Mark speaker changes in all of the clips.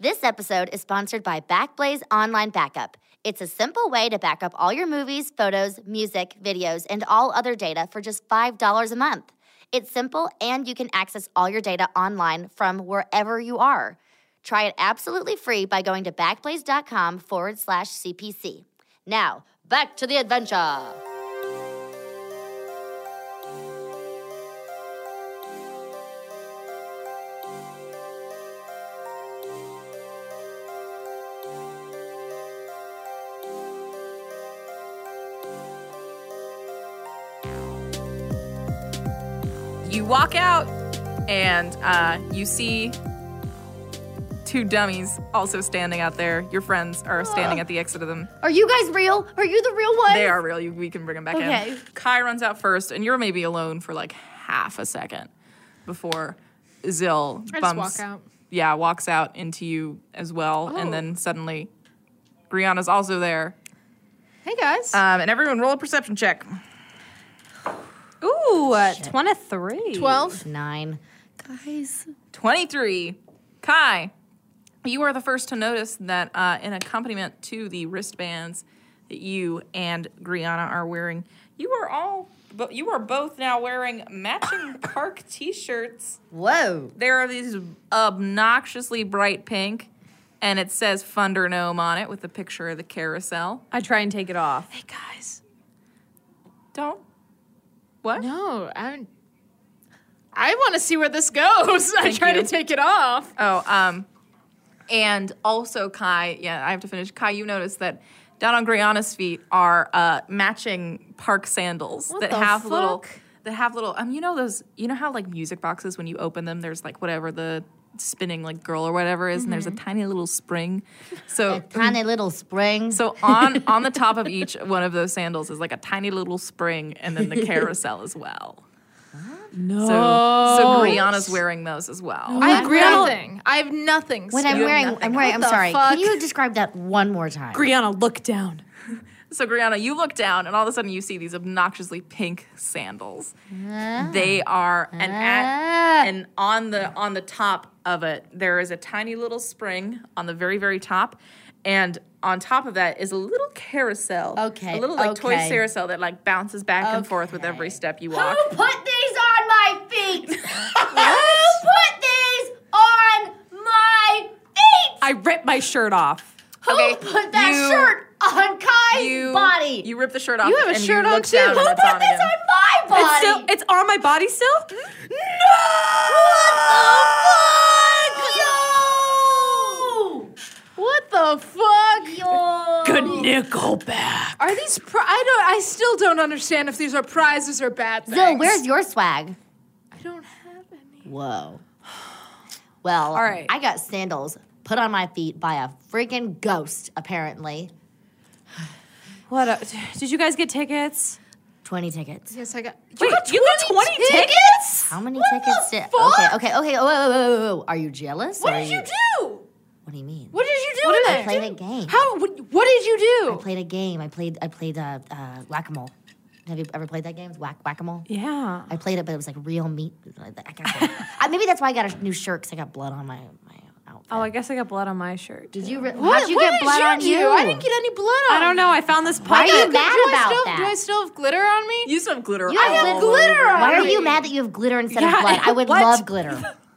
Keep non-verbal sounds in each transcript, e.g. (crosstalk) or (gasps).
Speaker 1: This episode is sponsored by Backblaze Online Backup. It's a simple way to back up all your movies, photos, music, videos, and all other data for just $5 a month. It's simple and you can access all your data online from wherever you are. Try it absolutely free by going to backblaze.com forward slash CPC. Now, back to the adventure.
Speaker 2: You walk out, and uh, you see two dummies also standing out there. Your friends
Speaker 3: Ah.
Speaker 2: are standing at the exit of them.
Speaker 4: Are you guys real? Are you the real ones?
Speaker 2: They are real. You, we can bring them back
Speaker 4: Okay.
Speaker 2: in. Kai runs out first, and you're maybe alone for like half a second before Zill
Speaker 3: I just
Speaker 2: bumps.
Speaker 3: walk out. Oh.
Speaker 2: Yeah, walks out into you as well, and then suddenly, Brianna's also there.
Speaker 3: Hey guys.
Speaker 2: Um, and everyone, roll a perception check.
Speaker 5: Ooh, uh, 23.
Speaker 3: 12.
Speaker 1: Nine.
Speaker 4: Guys.
Speaker 2: 23. Kai, you are the first to notice that uh, in accompaniment to the wristbands that you and Griana are wearing, you are all, but you are both now wearing matching Park t-shirts.
Speaker 1: Whoa.
Speaker 2: There are these obnoxiously bright pink, and it says Thunder Gnome on it with a picture of the carousel.
Speaker 5: I try and take it off.
Speaker 2: Hey guys, don't. What?
Speaker 3: No, I'm. I want to see where this goes. (laughs) I try
Speaker 2: you.
Speaker 3: to take it off.
Speaker 2: Oh, um, and also Kai. Yeah, I have to finish. Kai, you noticed that down on Griana's feet are uh, matching park sandals that
Speaker 3: the
Speaker 2: have little.
Speaker 3: fuck?
Speaker 2: That have little. Um, you know those. You know how like music boxes when you open them, there's like whatever the spinning like girl or whatever is, and there's a
Speaker 3: Mm-hmm.
Speaker 2: tiny little
Speaker 3: (laughs)
Speaker 2: spring. So.
Speaker 1: Tiny little spring.
Speaker 2: So on on the top of each one of those sandals is like a tiny little spring, and then
Speaker 3: (laughs)
Speaker 2: the carousel as well. No. So, so Griana's wearing those as well.
Speaker 3: I have
Speaker 4: agree on-
Speaker 3: nothing. I have nothing.
Speaker 1: when
Speaker 3: still.
Speaker 1: I'm wearing,
Speaker 2: nothing
Speaker 1: I'm wearing, I'm
Speaker 3: the
Speaker 1: sorry.
Speaker 3: fuck?
Speaker 1: Can you describe that one more time?
Speaker 5: Brianna, look down.
Speaker 2: So, Griana, you look down, and all of a sudden you see these obnoxiously pink sandals. They are an
Speaker 1: Ah.
Speaker 2: at, and on the on the top of it there is a tiny little spring on the very very top, and on top of that is a little carousel.
Speaker 1: Okay,
Speaker 2: a little like toy
Speaker 1: okay.
Speaker 2: carousel that like bounces back and forth with every step you walk.
Speaker 1: Who put these on my (laughs) feet? Who put these on my feet?
Speaker 5: I rip my shirt off.
Speaker 2: okay,
Speaker 1: Who put that
Speaker 2: you-
Speaker 1: shirt on Kai's
Speaker 2: you,
Speaker 1: body?
Speaker 2: You rip the shirt off.
Speaker 3: You have a
Speaker 2: and
Speaker 3: shirt
Speaker 2: you
Speaker 3: on
Speaker 2: look
Speaker 3: too.
Speaker 2: down and
Speaker 3: Who
Speaker 2: it's
Speaker 1: put
Speaker 2: on
Speaker 1: this
Speaker 2: again.
Speaker 1: on my body?
Speaker 5: It's still, it's on my body still?
Speaker 3: Hmm?
Speaker 1: No!
Speaker 3: What the fuck?
Speaker 1: Yo!
Speaker 5: Good Nickelback.
Speaker 3: Are these? Pri- I don't. I still don't understand if these are prizes or bad things.
Speaker 1: Zill, where's your swag?
Speaker 3: I don't have any.
Speaker 1: Whoa. Well, All
Speaker 5: right.
Speaker 1: I got sandals put on my feet by a freaking ghost, apparently.
Speaker 5: What? A, did you guys get tickets?
Speaker 1: 20 tickets.
Speaker 3: Yes, I got.
Speaker 5: Wait, you got 20 tickets?
Speaker 1: How many tickets did. Okay, okay, okay. oh, Whoa, whoa, whoa, whoa, whoa. Are you jealous? What
Speaker 3: What did you do?
Speaker 1: What do you mean?
Speaker 3: What did you do?
Speaker 1: I
Speaker 3: What
Speaker 1: played a game.
Speaker 3: How? What, what did you
Speaker 1: I
Speaker 3: do?
Speaker 1: played a game. I played. I played uh, uh, whack a mole. Have you ever played that game? It's Whack whack a mole.
Speaker 5: Yeah.
Speaker 1: I played it, but it was like real meat. I got, (laughs) uh, maybe that's why I got a new shirt because I got blood on my my outfit.
Speaker 5: Oh, I guess I got blood on my shirt.
Speaker 1: did you? Re-
Speaker 3: What,
Speaker 1: how'd you
Speaker 3: what
Speaker 1: get
Speaker 3: did
Speaker 1: blood
Speaker 3: you
Speaker 1: on
Speaker 3: do?
Speaker 1: you?
Speaker 3: I didn't get any blood on.
Speaker 5: I don't know. I found this
Speaker 1: Why are
Speaker 5: pocket.
Speaker 1: you mad
Speaker 3: Do I
Speaker 1: about
Speaker 3: still,
Speaker 1: that?
Speaker 3: Do I still have glitter on me?
Speaker 2: You still have glitter.
Speaker 1: You have
Speaker 2: all
Speaker 1: glitter-
Speaker 2: over you.
Speaker 1: Why are you mad that you have glitter instead
Speaker 5: Yeah,
Speaker 1: of blood? I would
Speaker 5: what?
Speaker 1: love glitter. I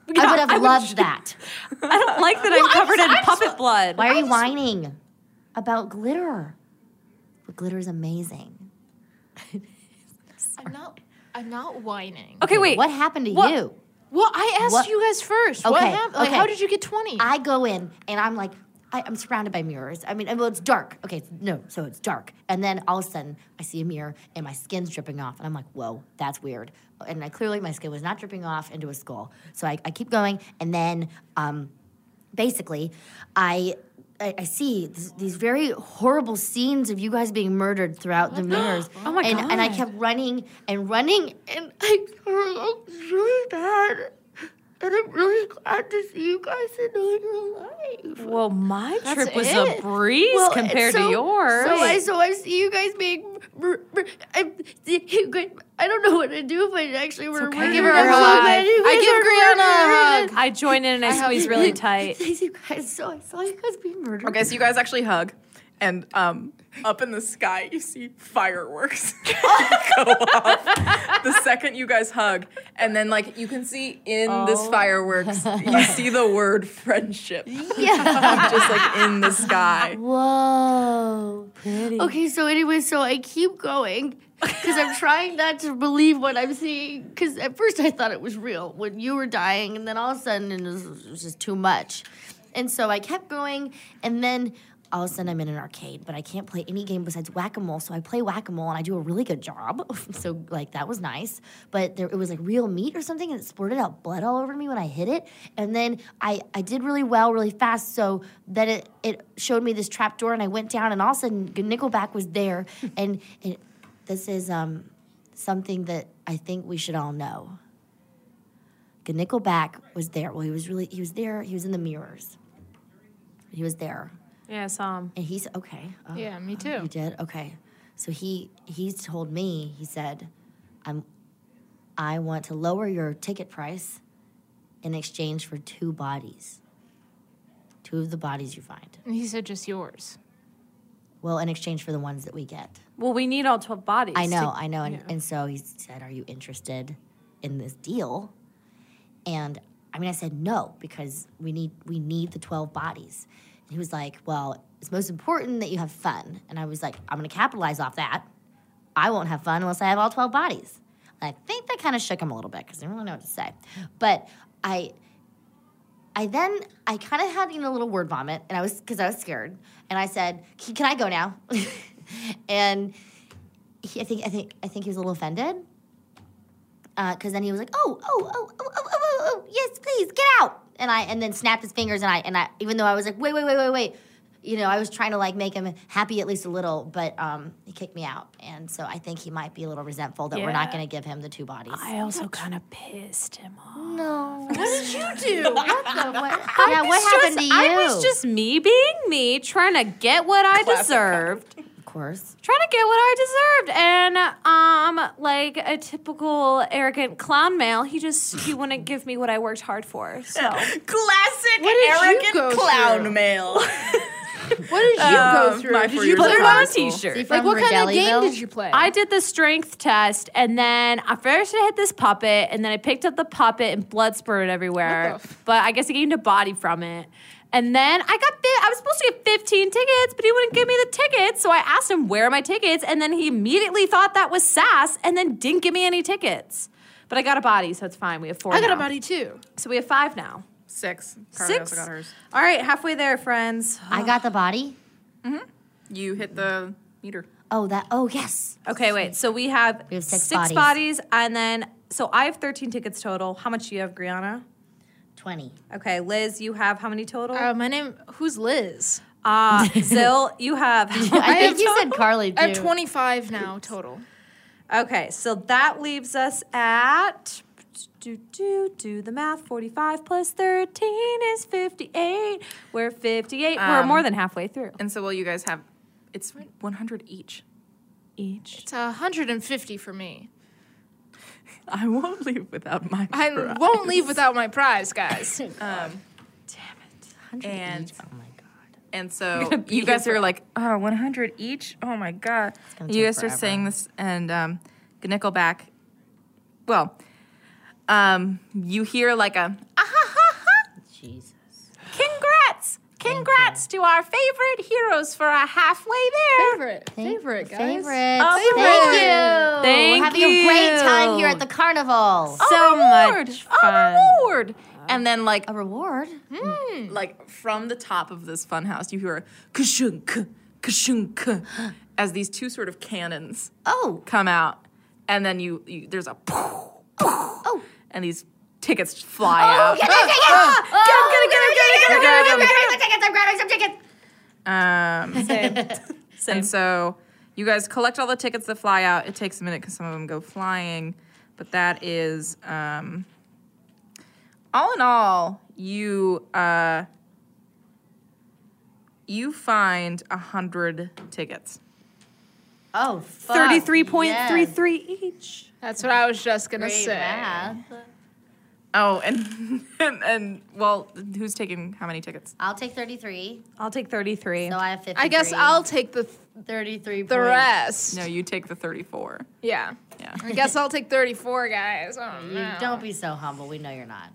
Speaker 1: would have
Speaker 5: I would-
Speaker 1: loved that.
Speaker 5: I don't like that I'm covered in puppet blood.
Speaker 1: Why are you whining about glitter? But glitter is amazing.
Speaker 3: I'm not. I'm not whining.
Speaker 5: Okay, wait.
Speaker 1: What happened to
Speaker 5: What?
Speaker 1: you?
Speaker 3: Well, I asked
Speaker 1: What-
Speaker 3: you guys first. what
Speaker 1: Okay,
Speaker 3: happened? Like,
Speaker 1: okay.
Speaker 3: how did you get twenty?
Speaker 1: I go in and I'm like, I, I'm surrounded by mirrors. I mean, well, it's dark. Okay, it's- no, so it's dark. And then all of a sudden, I see a mirror and my skin's dripping off. And I'm like, whoa, that's weird. And I, clearly, my skin was not dripping off into a skull. So I, I keep going. And then um, basically, I. I, I see th- these very horrible scenes of you guys being murdered throughout the mirrors.
Speaker 5: Oh my
Speaker 1: and, And I
Speaker 5: God.
Speaker 1: kept running and running, and I felt so bad. and I'm really glad to see you guys enjoying your life.
Speaker 5: Well, my
Speaker 3: That's
Speaker 5: trip was a
Speaker 3: it.
Speaker 5: breeze
Speaker 1: Well,
Speaker 5: compared
Speaker 1: so-
Speaker 5: to yours.
Speaker 1: So I, so I see you guys being. br- br- I'm- you guys- I don't know what to do, but actually we're.
Speaker 5: okay.
Speaker 1: we're-
Speaker 5: I give her
Speaker 1: we're so
Speaker 5: a hug.
Speaker 1: glad you
Speaker 5: I
Speaker 1: guys
Speaker 5: give
Speaker 1: are
Speaker 5: Brianna a
Speaker 1: murdering.
Speaker 5: hug. I join in and I
Speaker 1: (laughs)
Speaker 5: squeeze really tight.
Speaker 1: Thank you guys. So I saw you guys being murdered.
Speaker 2: Okay, so you guys actually hug, and um, up in the sky you see fireworks (laughs) go off the second you guys hug, and then like you can see in
Speaker 3: Oh.
Speaker 2: this fireworks you see the word friendship
Speaker 5: (laughs)
Speaker 2: just like in the sky.
Speaker 1: Whoa.
Speaker 4: Okay, so anyway, so I keep going because I'm trying not to believe what I'm seeing. Because at first I thought it was real when you were dying, and then all of a sudden it was, it was just too much.
Speaker 1: And so I kept going, and then all of a sudden I'm in an arcade, but I can't play any game besides whack a mole. So I play whack a mole, and I do a really good job. (laughs) so like that was nice, but there, it was like real meat or something, and it splurted out blood all over me when I hit it. And then I I did really well, really fast. So then it it showed me this trap door, and I went down, and all of a sudden Nickelback was there, and, and this is um something that I think we should all know. Nickelback was there. Well, he was really he was there. He was in the mirrors. He was there,
Speaker 5: Yeah, I saw him.
Speaker 1: and he's okay. Oh,
Speaker 3: Yeah, me
Speaker 1: You
Speaker 3: too.
Speaker 1: did okay. So he he told me. He said, "I'm I want to lower your ticket price in exchange for two bodies, two of the bodies you find.
Speaker 3: And he said just yours.
Speaker 1: Well, in exchange for the ones that we get.
Speaker 5: Well, we need all 12 bodies.
Speaker 1: I
Speaker 5: to-
Speaker 1: know, I know. And, and so he said, Are you interested in this deal? And I mean, I said no because we need we need the twelve bodies. And he was like, "Well, it's most important that you have fun." And I was like, "I'm going to capitalize off that. I won't have fun unless I have all twelve bodies." And I think that kind of shook him a little bit because I didn't really know what to say. But I, I then I kind of had you know a little word vomit, and I was because I was scared, and I said, "C- "Can I go now?" (laughs) and he, I think I think I think he was a little offended. Because then he was like, oh, oh, oh, oh, oh, oh, oh, oh, yes, please get out, and I and then snapped his fingers, and I and I even though I was like, wait, wait, wait, wait, wait, you know, I was trying to like make him happy at least a little, but um, he kicked me out, and so I think he might be a little resentful that we're not
Speaker 5: Yeah.
Speaker 1: going to give him the two bodies.
Speaker 5: I also kind of pissed him off.
Speaker 1: no,
Speaker 4: What did you do? What the? What?
Speaker 1: yeah, what happened to you?
Speaker 5: I was just me being me, trying to get what I deserved.
Speaker 1: of course.
Speaker 5: trying to get what I deserved. And um, like a typical arrogant clown male, he just
Speaker 3: (laughs)
Speaker 5: he wouldn't give me what I worked hard for. So
Speaker 2: Classic
Speaker 3: did you
Speaker 2: arrogant
Speaker 3: go
Speaker 2: clown
Speaker 3: through?
Speaker 2: mail.
Speaker 3: What did you
Speaker 2: Um,
Speaker 3: go through?
Speaker 2: my
Speaker 3: Did
Speaker 2: four
Speaker 3: you
Speaker 2: years
Speaker 3: play
Speaker 2: old.
Speaker 5: put it
Speaker 3: one?
Speaker 5: on a
Speaker 2: Is he
Speaker 5: t-shirt.
Speaker 3: Like what kind of game did you play?
Speaker 5: I did the strength test, and then I first hit this puppet, and then I picked up the puppet, and blood spurted everywhere.
Speaker 3: What the f-
Speaker 5: but I guess I gained a body from it. And then I got fi- I was supposed to get 15 tickets, but he wouldn't give me the tickets. So I asked him, "Where are my tickets?" And then he immediately thought that was sass, and then didn't give me any tickets. But I got a body, so it's fine. We have four.
Speaker 3: I got a
Speaker 5: now.
Speaker 3: body too.
Speaker 5: So we have five now.
Speaker 2: Six. Carmen
Speaker 5: Six.
Speaker 2: also got hers.
Speaker 5: All right, halfway there, friends.
Speaker 1: (gasps) I got the body.
Speaker 2: You hit the meter.
Speaker 1: Oh, that. Oh, yes.
Speaker 5: Okay, wait. So we have,
Speaker 1: We have six
Speaker 5: six
Speaker 1: bodies.
Speaker 5: bodies, and then so I have 13 tickets total. How much do you have, Brianna?
Speaker 1: Twenty.
Speaker 5: Okay, Liz, you have how many total?
Speaker 1: Um,
Speaker 3: Uh, my name, who's Liz?
Speaker 1: (laughs)
Speaker 5: Uh, Zill, you have.
Speaker 1: I think
Speaker 3: have
Speaker 1: you said
Speaker 3: total-
Speaker 1: Carly too.
Speaker 3: I have 25 now total.
Speaker 5: Okay, so that leaves us at. Do, do, do the math. 45 plus 13 is 58. We're 58. We're
Speaker 1: Um,
Speaker 5: more than halfway through.
Speaker 1: oh,
Speaker 2: And so, well, you guys have it's 100 each.
Speaker 5: Each.
Speaker 3: It's 150 for me.
Speaker 2: I won't leave without my.
Speaker 3: I
Speaker 2: prize.
Speaker 3: won't leave without my prize, guys.
Speaker 2: Um,
Speaker 5: Damn it.
Speaker 2: and
Speaker 1: Oh my god.
Speaker 2: and
Speaker 1: (laughs)
Speaker 2: so you guys are like, oh, 100 each. Oh my god.
Speaker 1: gonna
Speaker 2: You
Speaker 1: take
Speaker 2: guys
Speaker 1: forever.
Speaker 2: are saying this, and um, Nickelback. Well, um, you hear like a ah ha ha ha.
Speaker 1: Jesus.
Speaker 2: Congrats! Congrats to our favorite heroes for a halfway there.
Speaker 3: (laughs) favorite, favorite, guys.
Speaker 1: Favorite.
Speaker 2: Oh,
Speaker 1: Thank
Speaker 2: favorite.
Speaker 1: you.
Speaker 5: Thank
Speaker 1: We're having a great time here
Speaker 5: you.
Speaker 1: at the carnival.
Speaker 5: So
Speaker 2: Our
Speaker 5: much
Speaker 2: reward!
Speaker 5: fun.
Speaker 2: Our reward! And then like
Speaker 1: A reward.
Speaker 2: like from the top of this funhouse, you hear a kashunk, kashunk,
Speaker 1: (gasps)
Speaker 2: as these two sort of cannons
Speaker 1: Oh,
Speaker 2: come out, and then you, you there's a (laughs) poof, poof,
Speaker 1: Oh.
Speaker 2: and these tickets fly out.
Speaker 1: get it, get it, uh, get it.
Speaker 2: Get 'em, get 'em, get 'em, get 'em, get 'em, get 'em, get
Speaker 1: Some tickets, I'm grabbing
Speaker 2: 'em, get 'em, get 'em.
Speaker 1: some tickets.
Speaker 2: Um,
Speaker 5: (laughs) Same.
Speaker 2: and so you guys collect all the tickets that fly out. It takes a minute because some of them go flying, but that is um, all in all, you uh, you find a hundred tickets.
Speaker 1: Oh, fuck.
Speaker 5: Thirty-three point
Speaker 1: yes.
Speaker 5: three three each.
Speaker 3: That's what I was just gonna
Speaker 1: Great
Speaker 3: say.
Speaker 1: math.
Speaker 2: Oh, and, (laughs) and and well, who's taking how many tickets?
Speaker 1: I'll take 33.
Speaker 5: I'll take thirty-three.
Speaker 1: So I have 53.
Speaker 3: I guess I'll take the th-
Speaker 1: 33.
Speaker 3: the rest.
Speaker 2: No, you take the thirty-four.
Speaker 3: Yeah.
Speaker 2: Yeah.
Speaker 3: I guess I'll take 34, guys. Oh, I don't
Speaker 1: You
Speaker 3: know.
Speaker 1: don't be so humble. We know you're not.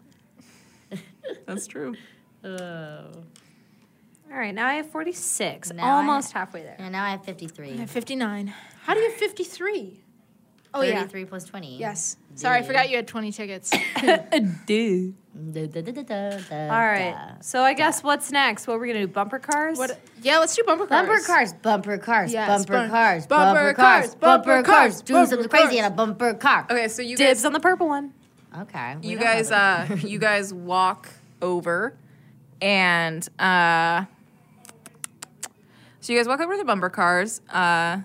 Speaker 2: That's true.
Speaker 1: Oh.
Speaker 5: All right, now I have forty-six.
Speaker 1: Now I-
Speaker 5: Almost halfway there.
Speaker 1: And now I have 53.
Speaker 3: 59. How do you have 53? Oh, yeah.
Speaker 1: 33 plus 20.
Speaker 3: Yes. Sorry, I forgot you had 20 tickets.
Speaker 5: Do.
Speaker 1: Da, da, da, da, da, da,
Speaker 5: All right.
Speaker 1: da.
Speaker 5: So I guess what's next? What we're gonna do? Bumper cars.
Speaker 3: what? Yeah, let's do bumper cars.
Speaker 1: Bumper cars, bumper cars,
Speaker 3: Yes,
Speaker 1: bumper
Speaker 3: bumper-
Speaker 1: cars,
Speaker 3: bumper
Speaker 1: bumper
Speaker 3: cars,
Speaker 1: cars, bumper
Speaker 3: bumper
Speaker 1: cars.
Speaker 3: cars,
Speaker 1: Doing
Speaker 3: bumper
Speaker 1: something crazy in
Speaker 3: cars.
Speaker 1: a bumper car.
Speaker 2: Okay, so you guys
Speaker 5: Dibs on the purple one.
Speaker 1: Okay. we
Speaker 2: you
Speaker 1: don't have
Speaker 2: guys
Speaker 1: it. (laughs)
Speaker 2: uh you guys walk over and uh so you guys walk over to the bumper cars uh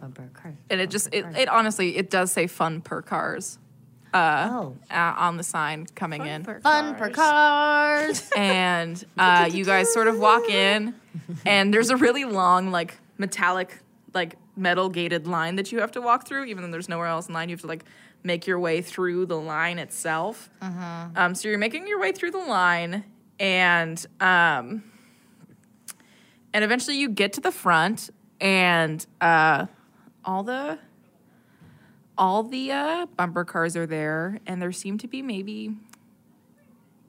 Speaker 1: bumper cars.
Speaker 2: and it just it, it honestly it does say fun per cars uh,
Speaker 1: Oh.
Speaker 2: uh on the sign coming in
Speaker 1: Fun per cars.
Speaker 2: (laughs)
Speaker 1: (laughs)
Speaker 2: and uh, you guys sort of walk in, and there's a really long, like metallic, like metal gated line that you have to walk through. Even though there's nowhere else in line, you have to like make your way through the line itself. Um, so you're making your way through the line, and um, and eventually you get to the front, and uh, all the all the uh, bumper cars are there, and there seem to be maybe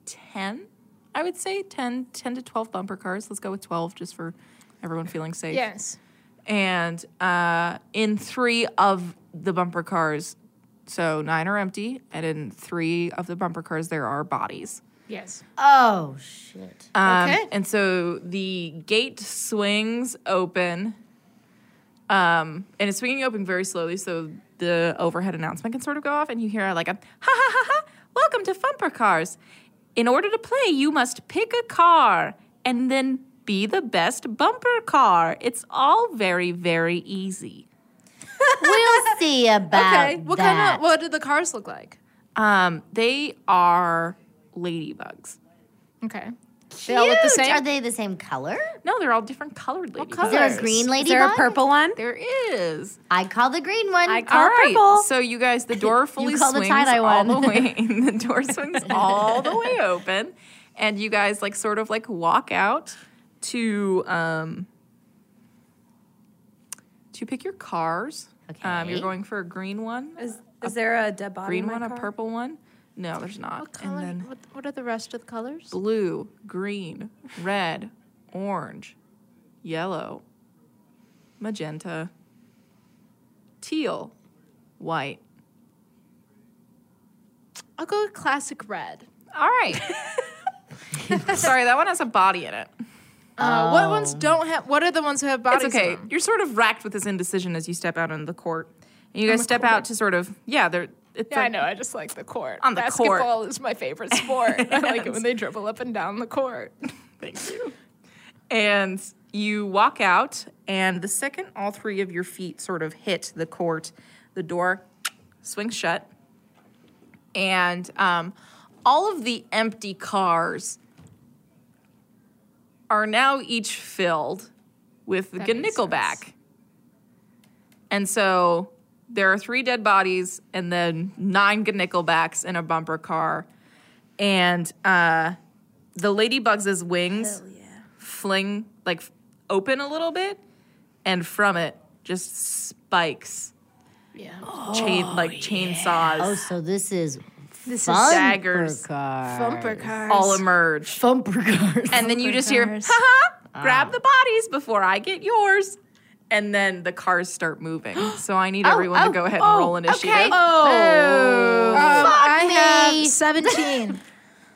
Speaker 2: 10 i would say 10 10 to 12 bumper cars let's go with 12 just for everyone feeling safe
Speaker 3: Yes.
Speaker 2: and uh, in three of the bumper cars so nine are empty and in three of the bumper cars there are bodies
Speaker 3: Yes.
Speaker 1: Oh shit.
Speaker 2: um,
Speaker 3: Okay.
Speaker 2: and so the gate swings open um, and it's swinging open very slowly so the overhead announcement can sort of go off and you hear like a ha ha ha ha welcome to bumper cars in order to play you must pick a car and then be the best bumper car it's all very very easy
Speaker 3: (laughs)
Speaker 1: We'll see about
Speaker 3: okay. What
Speaker 1: that.
Speaker 3: kind of? What did the cars look like?
Speaker 2: um, they are ladybugs
Speaker 3: Okay. They all look the
Speaker 1: Cute.
Speaker 3: same.
Speaker 1: Are they the same color?
Speaker 2: no they're all different colored ladybugs
Speaker 1: Is there a green ladybug?
Speaker 5: Is there a purple one?
Speaker 2: there is
Speaker 1: I call the green one.
Speaker 5: I call
Speaker 2: All right.
Speaker 5: purple.
Speaker 2: So you guys, the door fully
Speaker 1: call the
Speaker 2: swings
Speaker 1: tie-dye
Speaker 2: all
Speaker 1: one.
Speaker 2: the way. (laughs) the door swings all the way open, and you guys like sort of like walk out to um to pick your cars. Um, you're
Speaker 1: Okay.
Speaker 2: going for a green one,
Speaker 5: Is, is there a dead body?
Speaker 2: green
Speaker 5: in my
Speaker 2: one, a
Speaker 5: car?
Speaker 2: purple one. No, there's not.
Speaker 3: What
Speaker 2: and
Speaker 3: color?
Speaker 2: then
Speaker 3: what, what are the rest of the colors?
Speaker 2: blue, green, red, orange, yellow, magenta, teal, white.
Speaker 3: I'll go with classic red.
Speaker 2: All
Speaker 3: (laughs)
Speaker 2: right. Sorry, that one has a body in it.
Speaker 3: Uh, What ones don't have? What are the ones who have bodies?
Speaker 2: It's okay.
Speaker 3: In them?
Speaker 2: You're sort of racked with this indecision as you step out on the court. And you guys
Speaker 3: the
Speaker 2: step
Speaker 3: court.
Speaker 2: out to sort of yeah, they're it's
Speaker 3: Yeah,
Speaker 2: a-
Speaker 3: I know. I just like the court.
Speaker 2: On the court.
Speaker 3: Basketball is my favorite (laughs) sport. I like it when they dribble up and down the court.
Speaker 2: Thank you. And you walk out, and the second all three of your feet sort of hit the court, the door swings shut, and um, all of the empty cars are now each filled with the
Speaker 3: That
Speaker 2: good
Speaker 3: makes
Speaker 2: Nickelback.
Speaker 3: sense.
Speaker 2: And so there are three dead bodies, and then nine good Nickelbacks in a bumper car, and uh, the ladybug's wings fling like f- open a little bit and from it just spikes
Speaker 3: Yeah.
Speaker 2: chain like chainsaws
Speaker 1: Oh, so this is
Speaker 3: This
Speaker 1: fun
Speaker 2: daggers.
Speaker 1: Car.
Speaker 3: bumper cars.
Speaker 2: all emerge
Speaker 1: Bumper cars.
Speaker 2: and then you just hear
Speaker 3: cars.
Speaker 2: haha grab the bodies before i get yours and then the cars start moving so i need everyone to go ahead and roll initiative
Speaker 3: Okay. Oh. I
Speaker 1: me.
Speaker 3: have 17.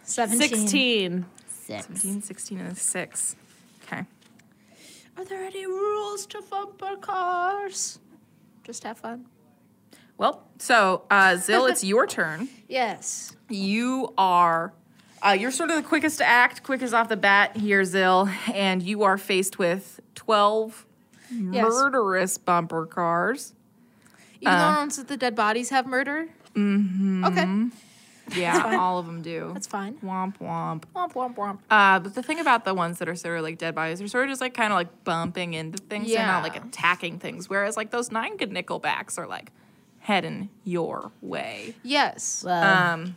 Speaker 3: 17.
Speaker 5: 16.
Speaker 1: Six.
Speaker 2: 17 16 and a 6 okay
Speaker 3: (laughs) Are there any rules to bumper cars? Just have fun.
Speaker 2: well so uh, zill
Speaker 3: (laughs)
Speaker 2: it's your turn
Speaker 3: Yes.
Speaker 2: you are uh, you're sort of the quickest to act quickest off the bat here zill and you are faced with 12 murderous bumper cars
Speaker 3: Uh. Even the ones with the dead bodies have murder? Mm-hmm. Okay.
Speaker 2: Yeah, all of them do.
Speaker 3: That's fine.
Speaker 2: Womp womp.
Speaker 3: Womp, womp, womp.
Speaker 2: Uh, but the thing about the ones that are sort of like dead bodies, they're sort of just like kind of like bumping into things. They're not like
Speaker 3: Yeah.
Speaker 2: attacking things. Whereas like those nine good nickelbacks are like heading your way.
Speaker 3: Yes.
Speaker 2: Um,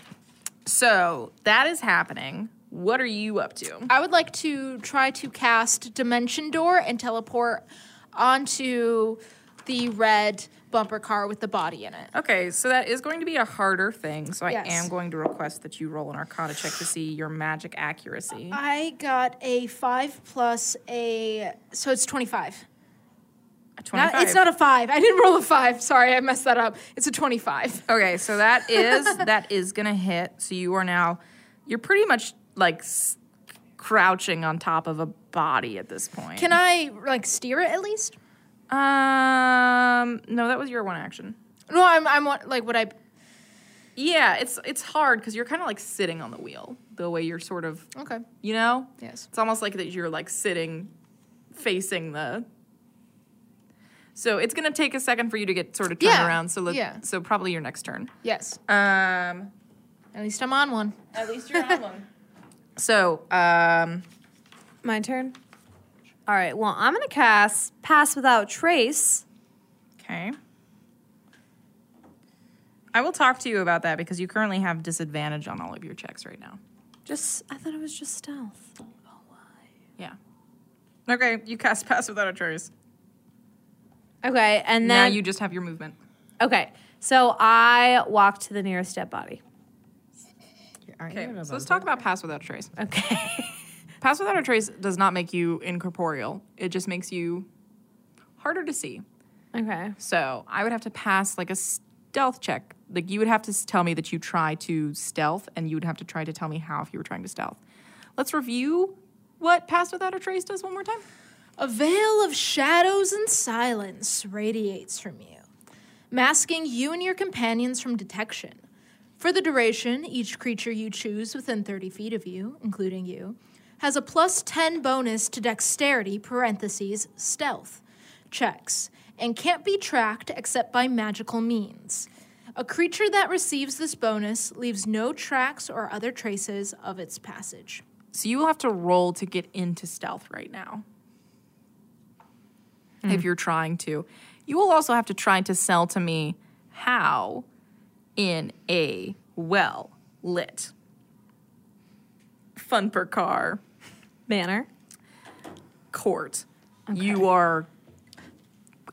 Speaker 2: so that is happening. What are you up to?
Speaker 3: I would like to try to cast Dimension Door and teleport onto the red bumper car with the body in it.
Speaker 2: Okay, so that is going to be a harder thing. So I
Speaker 3: Yes.
Speaker 2: am going to request that you roll an Arcana check to see your magic accuracy.
Speaker 3: I got a five plus a, so it's 25.
Speaker 2: A
Speaker 3: Not-
Speaker 2: 25.
Speaker 3: it's not a five. I didn't roll a five. Sorry, I messed that up. It's a 25.
Speaker 2: (laughs) Okay, so that is that is gonna hit. So you are now, you're pretty much like s- crouching on top of a body at this point.
Speaker 3: Can I, like, steer it at least?
Speaker 2: I? Um, no, that was your one action.
Speaker 3: No, I'm, I'm on- like, would I,
Speaker 2: Yeah, it's it's hard because you're kind of like sitting on the wheel the way you're sort of,
Speaker 3: okay.
Speaker 2: you know.
Speaker 3: Yes.
Speaker 2: It's almost like that you're like sitting, facing the. So it's gonna take a second for you to get sort of turned
Speaker 3: Yeah,
Speaker 2: around. So let,
Speaker 3: yeah.
Speaker 2: so probably your next turn.
Speaker 3: Yes.
Speaker 2: Um,
Speaker 3: At least I'm on one.
Speaker 2: At least you're on (laughs) one. So, um,
Speaker 5: My turn. All right. Well, I'm gonna cast Pass Without Trace.
Speaker 2: okay. I will talk to you about that because you currently have disadvantage on all of your checks right now.
Speaker 5: Just I thought it was just stealth.
Speaker 2: Yeah. Okay, you cast pass without a trace.
Speaker 5: Okay, and
Speaker 2: Now
Speaker 5: then
Speaker 2: you just have your movement.
Speaker 5: okay. So I walk to the nearest dead body.
Speaker 2: Okay, so let's talk about pass without a trace.
Speaker 5: Okay.
Speaker 2: Pass without a trace does not make you incorporeal. It just makes you harder to see.
Speaker 5: okay.
Speaker 2: So I would have to pass like a stealth check. Like you would have to s- tell me that you try to stealth, and you would have to try to tell me how if you were trying to stealth. Let's review what Pass Without a Trace does one more time.
Speaker 3: A veil of shadows and silence radiates from you, masking you and your companions from detection. For the duration, each creature you choose within 30 feet of you, including you, has a plus 10 bonus to dexterity parentheses stealth checks and can't be tracked except by magical means. A creature that receives this bonus leaves no tracks or other traces of its passage.
Speaker 2: So you will have to roll to get into stealth right now. If you're trying to, you will also have to try to sell to me how in a well lit fun per car
Speaker 5: Banner.
Speaker 2: court. You are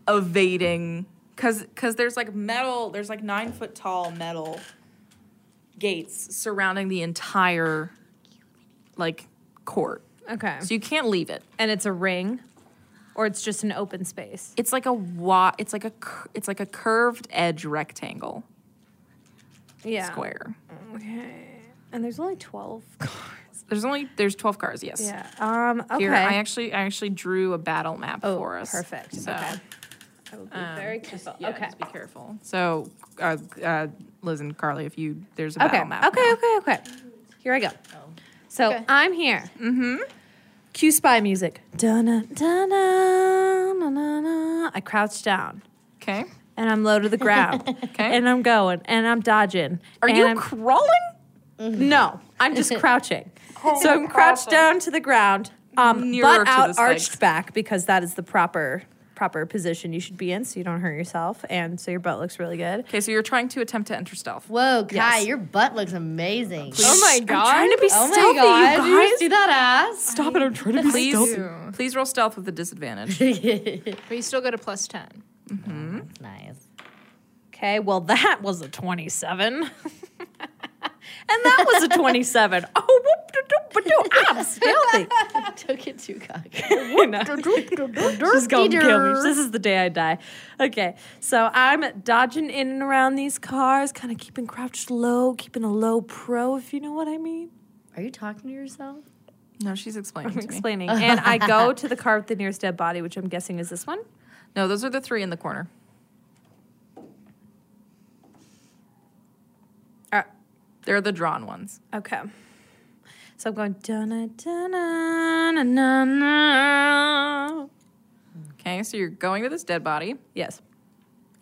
Speaker 2: evading because because there's like metal. There's like nine foot tall metal gates surrounding the entire like court,
Speaker 5: Okay.
Speaker 2: so you can't leave it.
Speaker 5: and it's a ring, or it's just an open space.
Speaker 2: It's like a wa- It's like a cur- it's like a curved edge rectangle
Speaker 5: Yeah.
Speaker 2: square.
Speaker 5: Okay. And there's only twelve cards.
Speaker 2: There's only there's twelve cars. Yes.
Speaker 5: Yeah. Um. Okay.
Speaker 2: Here, I actually I actually drew a battle map
Speaker 5: oh,
Speaker 2: for us.
Speaker 5: perfect.
Speaker 2: So.
Speaker 5: Okay. I will be
Speaker 2: Um,
Speaker 5: very careful.
Speaker 2: Yeah,
Speaker 5: okay.
Speaker 2: Just be careful. So, uh, uh, Liz and Carly, if you there's a
Speaker 5: Okay.
Speaker 2: battle map.
Speaker 5: Okay.
Speaker 2: now.
Speaker 5: Okay. Okay. Here I go.
Speaker 2: Oh.
Speaker 5: So
Speaker 3: Okay.
Speaker 5: I'm here. Mm-hmm. Cue spy music. Dun-na, dun-na, na-na-na. I crouch down
Speaker 2: Okay.
Speaker 5: and I'm low to the
Speaker 2: (laughs)
Speaker 5: ground. And I'm going and I'm dodging.
Speaker 2: Are
Speaker 5: and
Speaker 2: you
Speaker 5: I'm-
Speaker 2: crawling?
Speaker 5: No, I'm just crouching. so I'm crouched down to the ground, um,
Speaker 2: Nearer
Speaker 5: butt
Speaker 2: to the
Speaker 5: out,
Speaker 2: spikes.
Speaker 5: arched back because that is the proper proper position you should be in, so you don't hurt yourself, and so your butt looks really good.
Speaker 2: Okay, so you're trying to attempt to enter stealth.
Speaker 1: Whoa, Kai,
Speaker 5: Yes.
Speaker 1: your butt looks amazing.
Speaker 5: Oh my god! I'm trying to be
Speaker 1: Oh my
Speaker 5: stealthy,
Speaker 1: God,
Speaker 5: you guys.
Speaker 1: you see
Speaker 5: that ass? Stop it! I'm trying to be
Speaker 2: Please, please roll stealth with a disadvantage.
Speaker 5: (laughs)
Speaker 3: But you still got a plus 10.
Speaker 1: nice.
Speaker 5: Okay, well that was a 27. (laughs) and that was a 27. Oh, whoop doo doo ba doo. I'm stealthy.
Speaker 1: Took it too cocky.
Speaker 5: (laughs) You know? (laughs) She's gonna kill me. This is the day I die. Okay, so I'm dodging in and around these cars, kind of keeping crouched low, keeping a low pro, if you know what I mean.
Speaker 1: Are you talking to yourself?
Speaker 2: No, she's explaining to
Speaker 5: I'm
Speaker 2: me. (laughs)
Speaker 5: explaining. and I go to the car with the nearest dead body, which I'm guessing is this one.
Speaker 2: No, those are the three in the corner.
Speaker 5: Uh,
Speaker 2: They're the drawn ones.
Speaker 5: Okay. So I'm going dun dun na na na.
Speaker 2: Okay, so you're going to this dead body.
Speaker 5: Yes.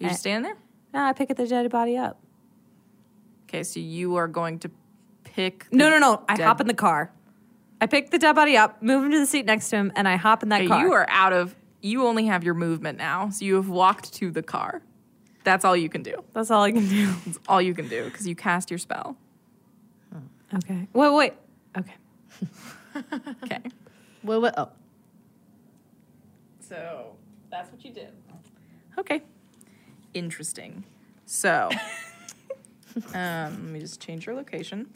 Speaker 2: You
Speaker 5: Eh.
Speaker 2: just stand there.
Speaker 5: No, I pick the dead body up.
Speaker 2: Okay, so you are going to pick.
Speaker 5: No,
Speaker 2: the
Speaker 5: no, no. I
Speaker 2: dead-
Speaker 5: hop in the car. I pick the dead body up, move him to the seat next to him, and I hop in that
Speaker 2: Okay,
Speaker 5: car.
Speaker 2: You are out of. You only have your movement now, so you have walked to the car. That's all you can do.
Speaker 5: That's all I can do.
Speaker 2: That's all you can do because you cast your spell.
Speaker 5: Okay. Wait, wait. (laughs) Okay.
Speaker 2: Okay.
Speaker 4: Wait, wait, oh.
Speaker 2: So that's what you did. Okay. Interesting. So, (laughs) um, let me just change your location.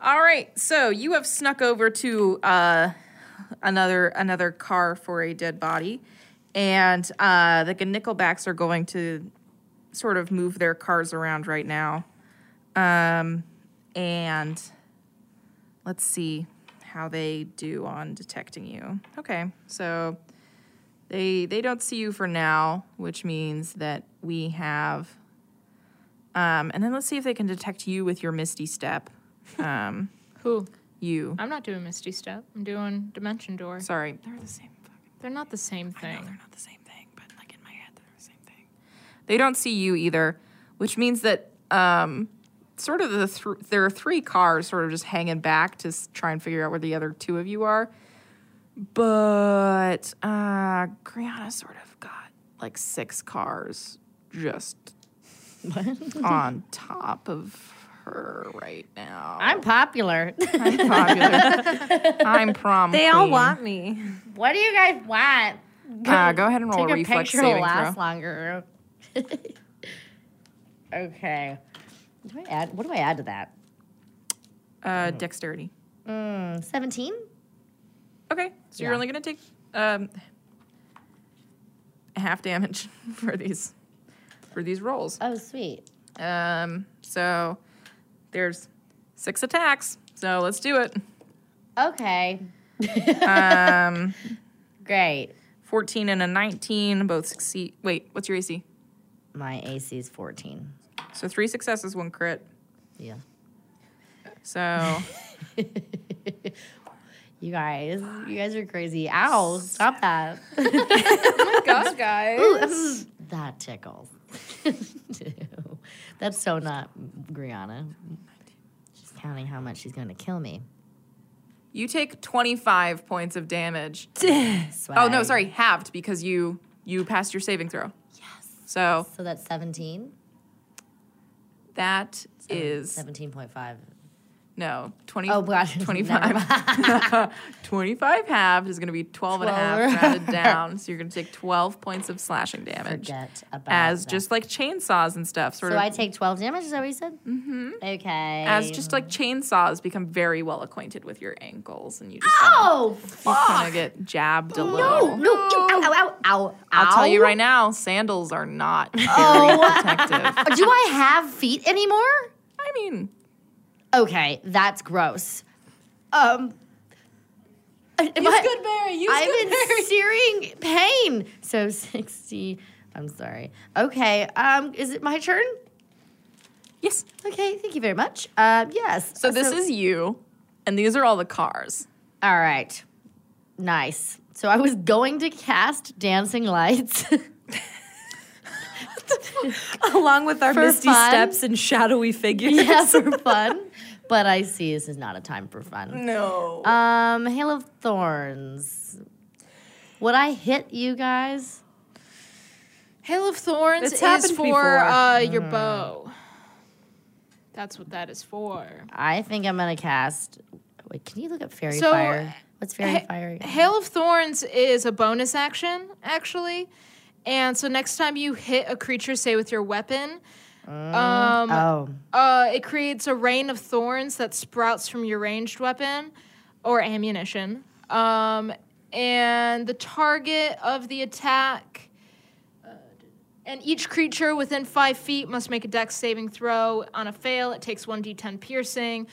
Speaker 2: All right. So you have snuck over to uh, another another car for a dead body, and uh, the Nickelbacks are going to sort of move their cars around right now, um, and let's see how they do on detecting you. Okay. So. They they don't see you for now, which means that we have. Um, and then let's see if they can detect you with your misty step. Um,
Speaker 3: Who?
Speaker 2: you.
Speaker 3: I'm not doing Misty Step. I'm doing Dimension Door.
Speaker 2: Sorry, they're the same. fucking-
Speaker 3: They're not the same
Speaker 2: I know
Speaker 3: thing.
Speaker 2: they're not the same thing, but like in my head, they're the same thing. They don't see you either, which means that um, sort of the th- there are three cars sort of just hanging back to s- try and figure out where the other two of you are. But uh, Griana sort of got like six cars just on top of her right now.
Speaker 4: I'm
Speaker 1: (laughs)
Speaker 4: popular.
Speaker 2: I'm popular. I'm prom.
Speaker 5: They all
Speaker 2: queen.
Speaker 5: want me.
Speaker 4: what do you guys want?
Speaker 2: Uh, go ahead and roll
Speaker 4: Take
Speaker 2: a
Speaker 4: a
Speaker 2: reflex
Speaker 4: picture will
Speaker 2: saving
Speaker 4: last
Speaker 1: (laughs)
Speaker 2: throw.
Speaker 4: longer. okay.
Speaker 1: Do I add, what do I add to that?
Speaker 2: Uh, dexterity.
Speaker 1: Mm, 17?
Speaker 2: Okay, so you're
Speaker 1: Yeah.
Speaker 2: only gonna take um, half damage (laughs) for these for these rolls.
Speaker 1: Oh, sweet.
Speaker 2: Um, so there's six attacks. So let's do
Speaker 1: (laughs)
Speaker 2: it.
Speaker 1: Okay.
Speaker 2: Um,
Speaker 1: (laughs) Great.
Speaker 2: 14 and a 19 both succeed. Wait, what's your AC?
Speaker 1: My AC is 14.
Speaker 2: So three successes, one crit.
Speaker 1: Yeah. (laughs)
Speaker 2: So
Speaker 1: (laughs) You guys, you guys are crazy. Ow, stop that.
Speaker 3: God, guys.
Speaker 1: (laughs) that tickles. (laughs) That's so not Griana. She's counting how much she's going to kill me.
Speaker 2: you take 25 points of damage. Oh
Speaker 1: Swag.
Speaker 2: no, sorry, halved because you you passed your saving throw. Yes. So
Speaker 1: So that's 17?
Speaker 2: that is
Speaker 1: 17.5.
Speaker 2: no 20
Speaker 1: Oh, (laughs) gosh.
Speaker 2: (laughs) 25 25 halved is going to be 12 and a half rounded down so you're going to take 12 points of slashing damage
Speaker 1: Forget about
Speaker 2: as
Speaker 1: that.
Speaker 2: just like chainsaws and stuff sort
Speaker 1: So
Speaker 2: of
Speaker 1: I take 12 damage, is that what you said? Mm-hmm. Okay.
Speaker 2: as just like chainsaws become very well acquainted with your ankles and you just
Speaker 1: Oh,
Speaker 2: kind of get jabbed
Speaker 1: no,
Speaker 2: a little
Speaker 1: no, ow, ow, ow, ow.
Speaker 2: I'll tell you
Speaker 1: ow.
Speaker 2: right now, sandals are
Speaker 1: (laughs)
Speaker 2: not very protective.
Speaker 1: Do I have feet anymore?
Speaker 2: I mean,
Speaker 1: Okay, that's gross. Um, (laughs) am I-
Speaker 5: Barry. You
Speaker 1: I've
Speaker 2: (laughs)
Speaker 1: been searing pain. So (laughs) sixty. I'm sorry. Okay. Um, is it my turn?
Speaker 2: yes.
Speaker 1: Okay. Thank you very much. Um, yes.
Speaker 2: So this is you, and these are all the cars.
Speaker 1: all right. Nice. So I was going to cast dancing lights. (laughs)
Speaker 5: along with our
Speaker 1: For
Speaker 5: misty
Speaker 1: fun.
Speaker 5: steps and shadowy figures.
Speaker 1: (laughs) yeah,
Speaker 2: (laughs)
Speaker 1: for fun. But I see this is not a time for fun.
Speaker 2: No.
Speaker 1: Um, Hail of Thorns. Would I hit you guys?
Speaker 3: Hail of Thorns
Speaker 5: It's
Speaker 3: is
Speaker 5: happened
Speaker 3: for
Speaker 5: before.
Speaker 3: uh, your bow. That's what that is for.
Speaker 1: I think I'm gonna cast. Wait, can you look up fairy
Speaker 3: So,
Speaker 1: fire? What's fairy
Speaker 3: Ha-
Speaker 1: fire? again?
Speaker 3: Hail of Thorns is a bonus action, actually. And so next time you hit a creature, say with your weapon, um,
Speaker 1: Oh,
Speaker 3: uh, it creates a rain of thorns that sprouts from your ranged weapon or ammunition. Um, and the target of the attack. uh, And each creature within five feet must make a dex saving throw. On a fail, it takes 1d10 piercing.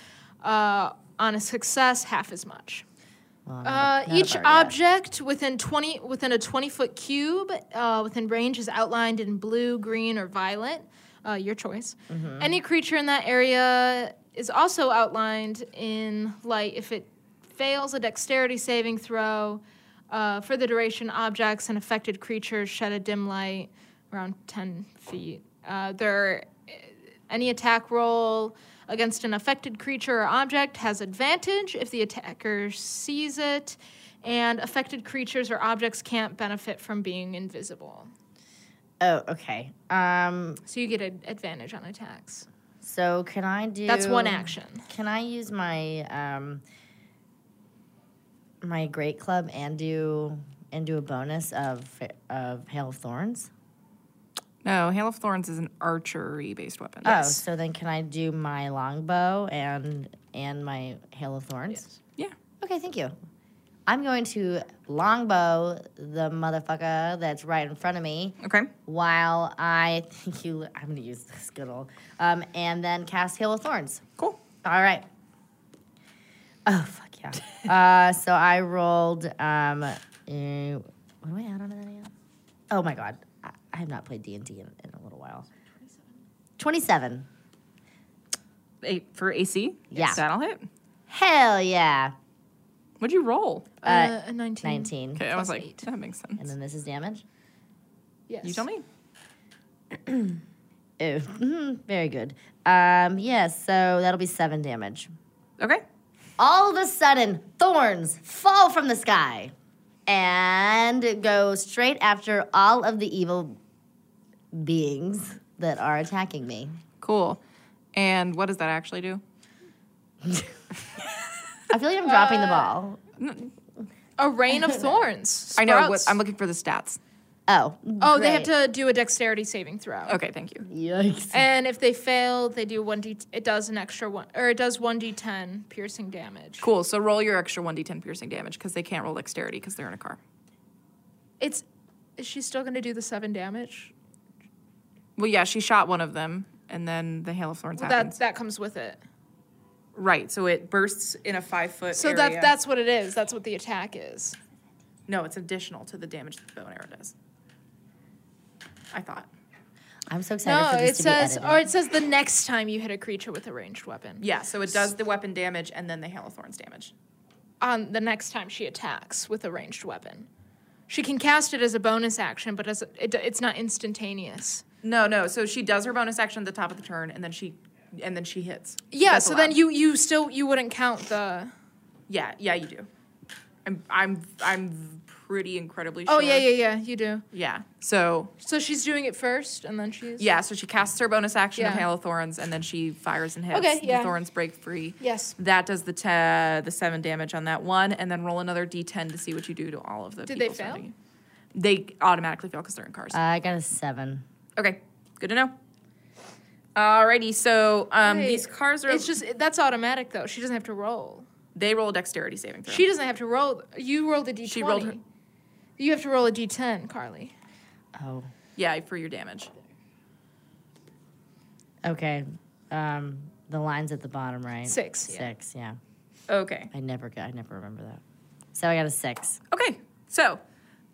Speaker 3: Uh, on a success, half as much.
Speaker 1: well, I'm
Speaker 3: Uh,
Speaker 1: not a- not a
Speaker 3: each
Speaker 1: bard yet.
Speaker 3: object within twenty within a twenty foot cube uh, within range is outlined in blue, green, or violet, uh, your choice.
Speaker 1: Mm-hmm.
Speaker 3: Any creature in that area is also outlined in light if it fails a dexterity saving throw. Uh, for the duration, objects and affected creatures shed a dim light around ten feet. Uh, there Any attack roll against an affected creature or object has advantage if the attacker sees it, and affected creatures or objects can't benefit from being invisible.
Speaker 1: Oh, okay. Um,
Speaker 3: So you get an advantage on attacks.
Speaker 1: so can I do?
Speaker 3: That's one action.
Speaker 1: Can I use my um, my great club and do and do a bonus of of hail of thorns?
Speaker 2: No, Hail of Thorns is an archery based weapon.
Speaker 1: Oh, so then can I do my longbow and and my hail of thorns?
Speaker 2: Yeah.
Speaker 1: Okay, thank you. I'm going to longbow the motherfucker that's right in front of me.
Speaker 2: Okay.
Speaker 1: While I (laughs) thank you, I'm going to use this good old, um, and then cast hail of thorns.
Speaker 2: Cool.
Speaker 1: All right. Oh fuck yeah. uh, so I rolled. Um, eh, what do I add on to that again? Oh my god, I, I have not played D and D in in a little while. Twenty-seven.
Speaker 2: Eight for AC.
Speaker 1: Yeah.
Speaker 2: That'll hit.
Speaker 1: Hell yeah.
Speaker 2: What'd you roll?
Speaker 3: Uh, a 19.
Speaker 1: 19.
Speaker 2: Okay, I was
Speaker 3: Plus
Speaker 2: like,
Speaker 3: eight.
Speaker 2: that makes sense.
Speaker 1: And then this is damage.
Speaker 3: Yes.
Speaker 2: You tell me.
Speaker 1: Oh, mhm, very good. Um, yeah, so that'll be seven damage.
Speaker 2: Okay.
Speaker 1: All of a sudden, thorns fall from the sky and go straight after all of the evil beings that are attacking me.
Speaker 2: Cool. And what does that actually do?
Speaker 1: I feel like I'm
Speaker 3: (laughs)
Speaker 1: dropping the ball.
Speaker 3: A rain (laughs) of thorns.
Speaker 2: I know. What,
Speaker 3: Sprouts.
Speaker 2: I'm looking for the stats.
Speaker 1: Oh.
Speaker 3: Oh, they have
Speaker 1: great.
Speaker 3: to do a dexterity saving throw.
Speaker 2: Okay, thank you.
Speaker 1: Yikes.
Speaker 3: And if they fail, they do one d. It does an extra one, or it does one d10 piercing damage.
Speaker 2: Cool. So roll your extra 1d10 piercing damage because they can't roll dexterity because they're in a car.
Speaker 3: It's. Is she still going to do the seven damage?
Speaker 2: Well, yeah, she shot one of them, and then the hail of thorns
Speaker 3: Well, that
Speaker 2: happens.
Speaker 3: that comes with it.
Speaker 2: right. So it bursts in a five foot.
Speaker 3: So that that's what it is. That's what the attack is.
Speaker 2: no. It's additional to the damage that the bow and arrow does. I thought.
Speaker 1: I'm so excited
Speaker 3: No,
Speaker 1: for this
Speaker 3: Oh, it
Speaker 1: to
Speaker 3: says,
Speaker 1: be
Speaker 3: or
Speaker 1: edited.
Speaker 3: it says the next time you hit a creature with a ranged weapon.
Speaker 2: Yeah. So it does the weapon damage and then the hail of thorns damage.
Speaker 3: On the next time she attacks with a ranged weapon, she can cast it as a bonus action, but as a, it, it's not instantaneous.
Speaker 2: No, no. So she does her bonus action at the top of the turn, and then she, and then she hits.
Speaker 3: Yeah.
Speaker 2: That's
Speaker 3: so
Speaker 2: allowed.
Speaker 3: then you you still you wouldn't count the.
Speaker 2: Yeah, yeah, you do. I'm, I'm, I'm pretty incredibly sure.
Speaker 3: Oh yeah yeah yeah you do.
Speaker 2: Yeah. So
Speaker 3: So she's doing it first, and then she's.
Speaker 2: yeah, so she casts her bonus action of
Speaker 3: Yeah.
Speaker 2: Hail of Thorns, and then she fires and hits.
Speaker 3: Okay, yeah.
Speaker 2: The thorns break free.
Speaker 3: Yes.
Speaker 2: That does the te- the seven damage on that one, and then roll another d10 to see what you do to all of the.
Speaker 3: Did
Speaker 2: people
Speaker 3: they fail? Uh.
Speaker 2: surrounding you. They automatically fail because they're in cars.
Speaker 1: Uh, I got a seven.
Speaker 2: okay, good to know. Alrighty, so um,
Speaker 3: Wait,
Speaker 2: these cars are.
Speaker 3: It's just that's automatic though. She doesn't have to roll.
Speaker 2: they roll a dexterity saving throw.
Speaker 3: She doesn't have to roll. You roll the d20.
Speaker 2: She rolled her-
Speaker 3: You have to roll a d10, Carly.
Speaker 1: Oh.
Speaker 2: yeah, for your damage.
Speaker 1: Okay. Um, the line's at the bottom, right?
Speaker 3: Six, yeah.
Speaker 1: Six, yeah.
Speaker 2: Okay.
Speaker 1: I never got, I never remember that. So I got a six.
Speaker 2: Okay, so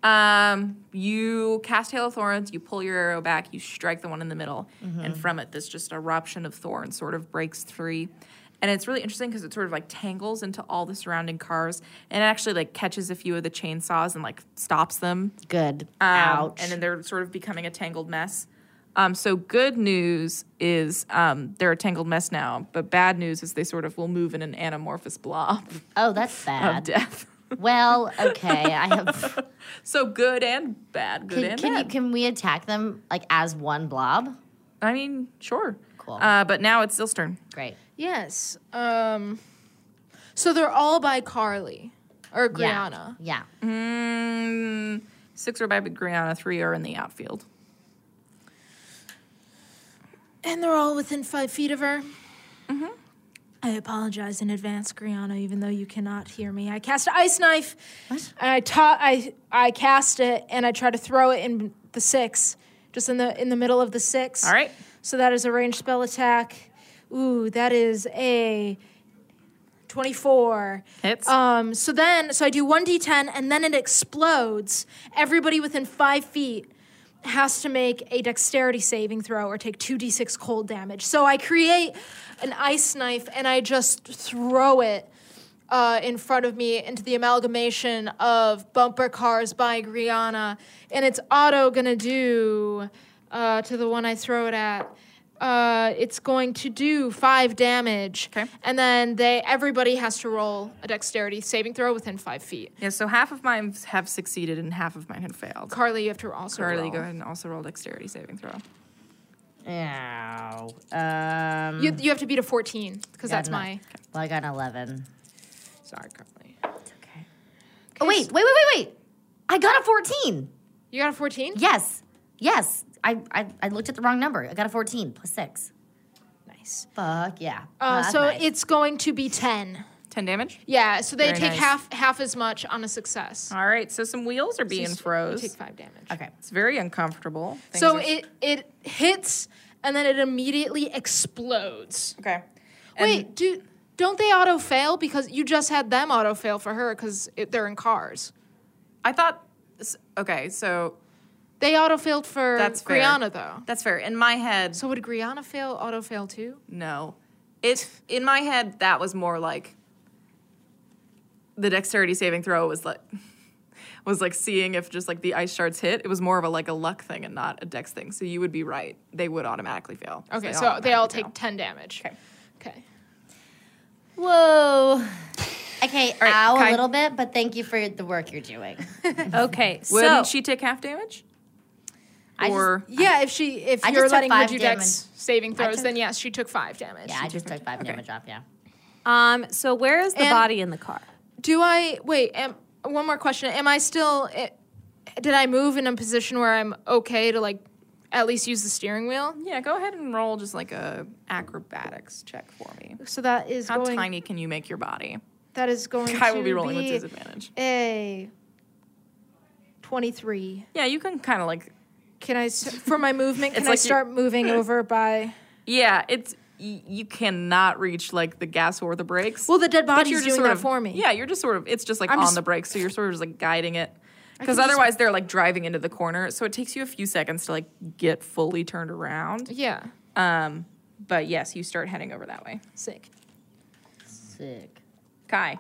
Speaker 2: um, you cast Hail of Thorns, you pull your arrow back, you strike the one in the middle, and from it, this just eruption of thorns sort of breaks free. And it's really interesting because it sort of like tangles into all the surrounding cars and actually like catches a few of the chainsaws and like stops them.
Speaker 1: Good.
Speaker 2: Um,
Speaker 1: Ouch.
Speaker 2: And then they're sort of becoming a tangled mess. Um, so good news is um, they're a tangled mess now, but bad news is they sort of will move in an anamorphous blob
Speaker 1: oh, that's
Speaker 2: of (laughs)
Speaker 1: bad.
Speaker 2: death.
Speaker 1: Well, okay. I have.
Speaker 2: So good and bad, good
Speaker 1: Can,
Speaker 2: and
Speaker 1: can
Speaker 2: bad.
Speaker 1: you can we attack them like as one blob?
Speaker 2: I mean, sure.
Speaker 1: Cool.
Speaker 2: Uh, but now it's Zill's turn.
Speaker 1: Great.
Speaker 3: Yes. Um. So they're all by Carly or
Speaker 1: Yeah.
Speaker 3: Brianna.
Speaker 1: Yeah.
Speaker 2: Mm, six are by Brianna, three are in the outfield.
Speaker 3: And they're all within five feet of her. Mm-hmm. I apologize in advance, Griana, even though you cannot hear me. I cast Ice Knife. What? And I taught I I cast it and I try to throw it in the six. Just in the in the middle of the six.
Speaker 2: All right.
Speaker 3: So that is a ranged spell attack. Ooh, that is a 24.
Speaker 2: Hits.
Speaker 3: Um, so then, so I do 1d10 and then it explodes. Everybody within five feet has to make a dexterity saving throw or take 2d6 cold damage. So I create an ice knife and I just throw it uh, in front of me into the amalgamation of Bumper Cars by Griana. And it's auto gonna do uh, to the one I throw it at Uh, it's going to do five damage.
Speaker 2: Okay.
Speaker 3: And then they everybody has to roll a dexterity saving throw within five feet.
Speaker 2: Yeah, so half of mine have succeeded and half of mine have failed.
Speaker 3: Carly, you have to also
Speaker 2: Carly,
Speaker 3: roll.
Speaker 2: go ahead and also roll dexterity saving throw.
Speaker 1: Ow. Um,
Speaker 3: You, you have to beat a 14 because
Speaker 1: got
Speaker 3: that's
Speaker 1: an-
Speaker 3: my.
Speaker 1: Well, I got an 11.
Speaker 2: Sorry, Carly.
Speaker 1: Okay. Oh, wait, wait, wait, wait, wait. I got a 14.
Speaker 3: You got a 14?
Speaker 1: Yes. Yes. I, I, I looked at the wrong number. I got a 14 plus 6.
Speaker 3: Nice.
Speaker 1: Fuck yeah.
Speaker 3: Uh,
Speaker 1: That's
Speaker 3: so
Speaker 1: nice.
Speaker 3: it's going to be 10.
Speaker 2: 10 damage?
Speaker 3: Yeah, so they
Speaker 2: Very
Speaker 3: take
Speaker 2: nice.
Speaker 3: half half as much on a success.
Speaker 2: All right, so some wheels are being
Speaker 3: You
Speaker 2: froze.
Speaker 3: take five damage.
Speaker 1: Okay.
Speaker 2: It's very uncomfortable. Things
Speaker 3: So
Speaker 2: are-
Speaker 3: it it hits and then it immediately explodes.
Speaker 2: Okay.
Speaker 3: Wait, do don't they auto fail because you just had them auto fail for her because they're in cars.
Speaker 2: I thought. s- Okay, so
Speaker 3: They auto failed for
Speaker 2: That's fair.
Speaker 3: Griana though.
Speaker 2: that's fair. In my head,
Speaker 3: So would Griana fail auto fail too?
Speaker 2: no. It in my head that was more like the dexterity saving throw was like (laughs) was like seeing if just like the ice shards hit. It was more of a like a luck thing and not a dex thing. So you would be right. They would automatically fail.
Speaker 3: Okay, so they all
Speaker 2: automatically
Speaker 3: take
Speaker 2: fail.
Speaker 3: ten damage.
Speaker 2: Okay.
Speaker 3: Okay.
Speaker 1: Whoa. Okay,
Speaker 2: right,
Speaker 1: ow
Speaker 2: Kai.
Speaker 1: a little bit, but thank you for the work you're doing.
Speaker 5: Okay, so
Speaker 2: Wouldn't she take half damage?
Speaker 1: I just-
Speaker 2: Or
Speaker 3: Yeah, if she if
Speaker 1: I just
Speaker 3: you're
Speaker 1: took
Speaker 3: letting her
Speaker 1: five
Speaker 3: do dex saving throws, then yes, she took five damage.
Speaker 1: Yeah, I just took five damage off, yeah.
Speaker 5: um, so where is the
Speaker 3: And-
Speaker 5: body in the car?
Speaker 3: Do I wait? Am, one more question. Am I still? eh, Did I move in a position where I'm okay to like at least use the steering wheel?
Speaker 2: yeah, go ahead and roll just like a acrobatics check for me.
Speaker 3: So that is
Speaker 2: How
Speaker 3: going.
Speaker 2: tiny can you make your body?
Speaker 3: That is going.
Speaker 2: (laughs) I
Speaker 3: to
Speaker 2: will be rolling with
Speaker 3: be
Speaker 2: disadvantage.
Speaker 3: A twenty-three.
Speaker 2: Yeah, you can kind of like
Speaker 3: Can I s- for
Speaker 2: (laughs)
Speaker 3: my movement? Can
Speaker 2: It's
Speaker 3: I
Speaker 2: like you-
Speaker 3: start moving over by?
Speaker 2: Yeah, it's y- you cannot reach like the gas or the brakes.
Speaker 3: Well, the dead
Speaker 2: but
Speaker 3: body's
Speaker 2: you're just
Speaker 3: doing
Speaker 2: sort
Speaker 3: that
Speaker 2: of,
Speaker 3: for me.
Speaker 2: Yeah, you're just sort of it's just like
Speaker 3: I'm
Speaker 2: on
Speaker 3: just-
Speaker 2: the brakes, so you're sort of just like guiding it. Because
Speaker 3: can just-
Speaker 2: otherwise, they're like driving into the corner, so it takes you a few seconds to like get fully turned around.
Speaker 3: Yeah.
Speaker 2: Um, but yes, you start heading over that way.
Speaker 3: Sick.
Speaker 1: Sick.
Speaker 2: Kai,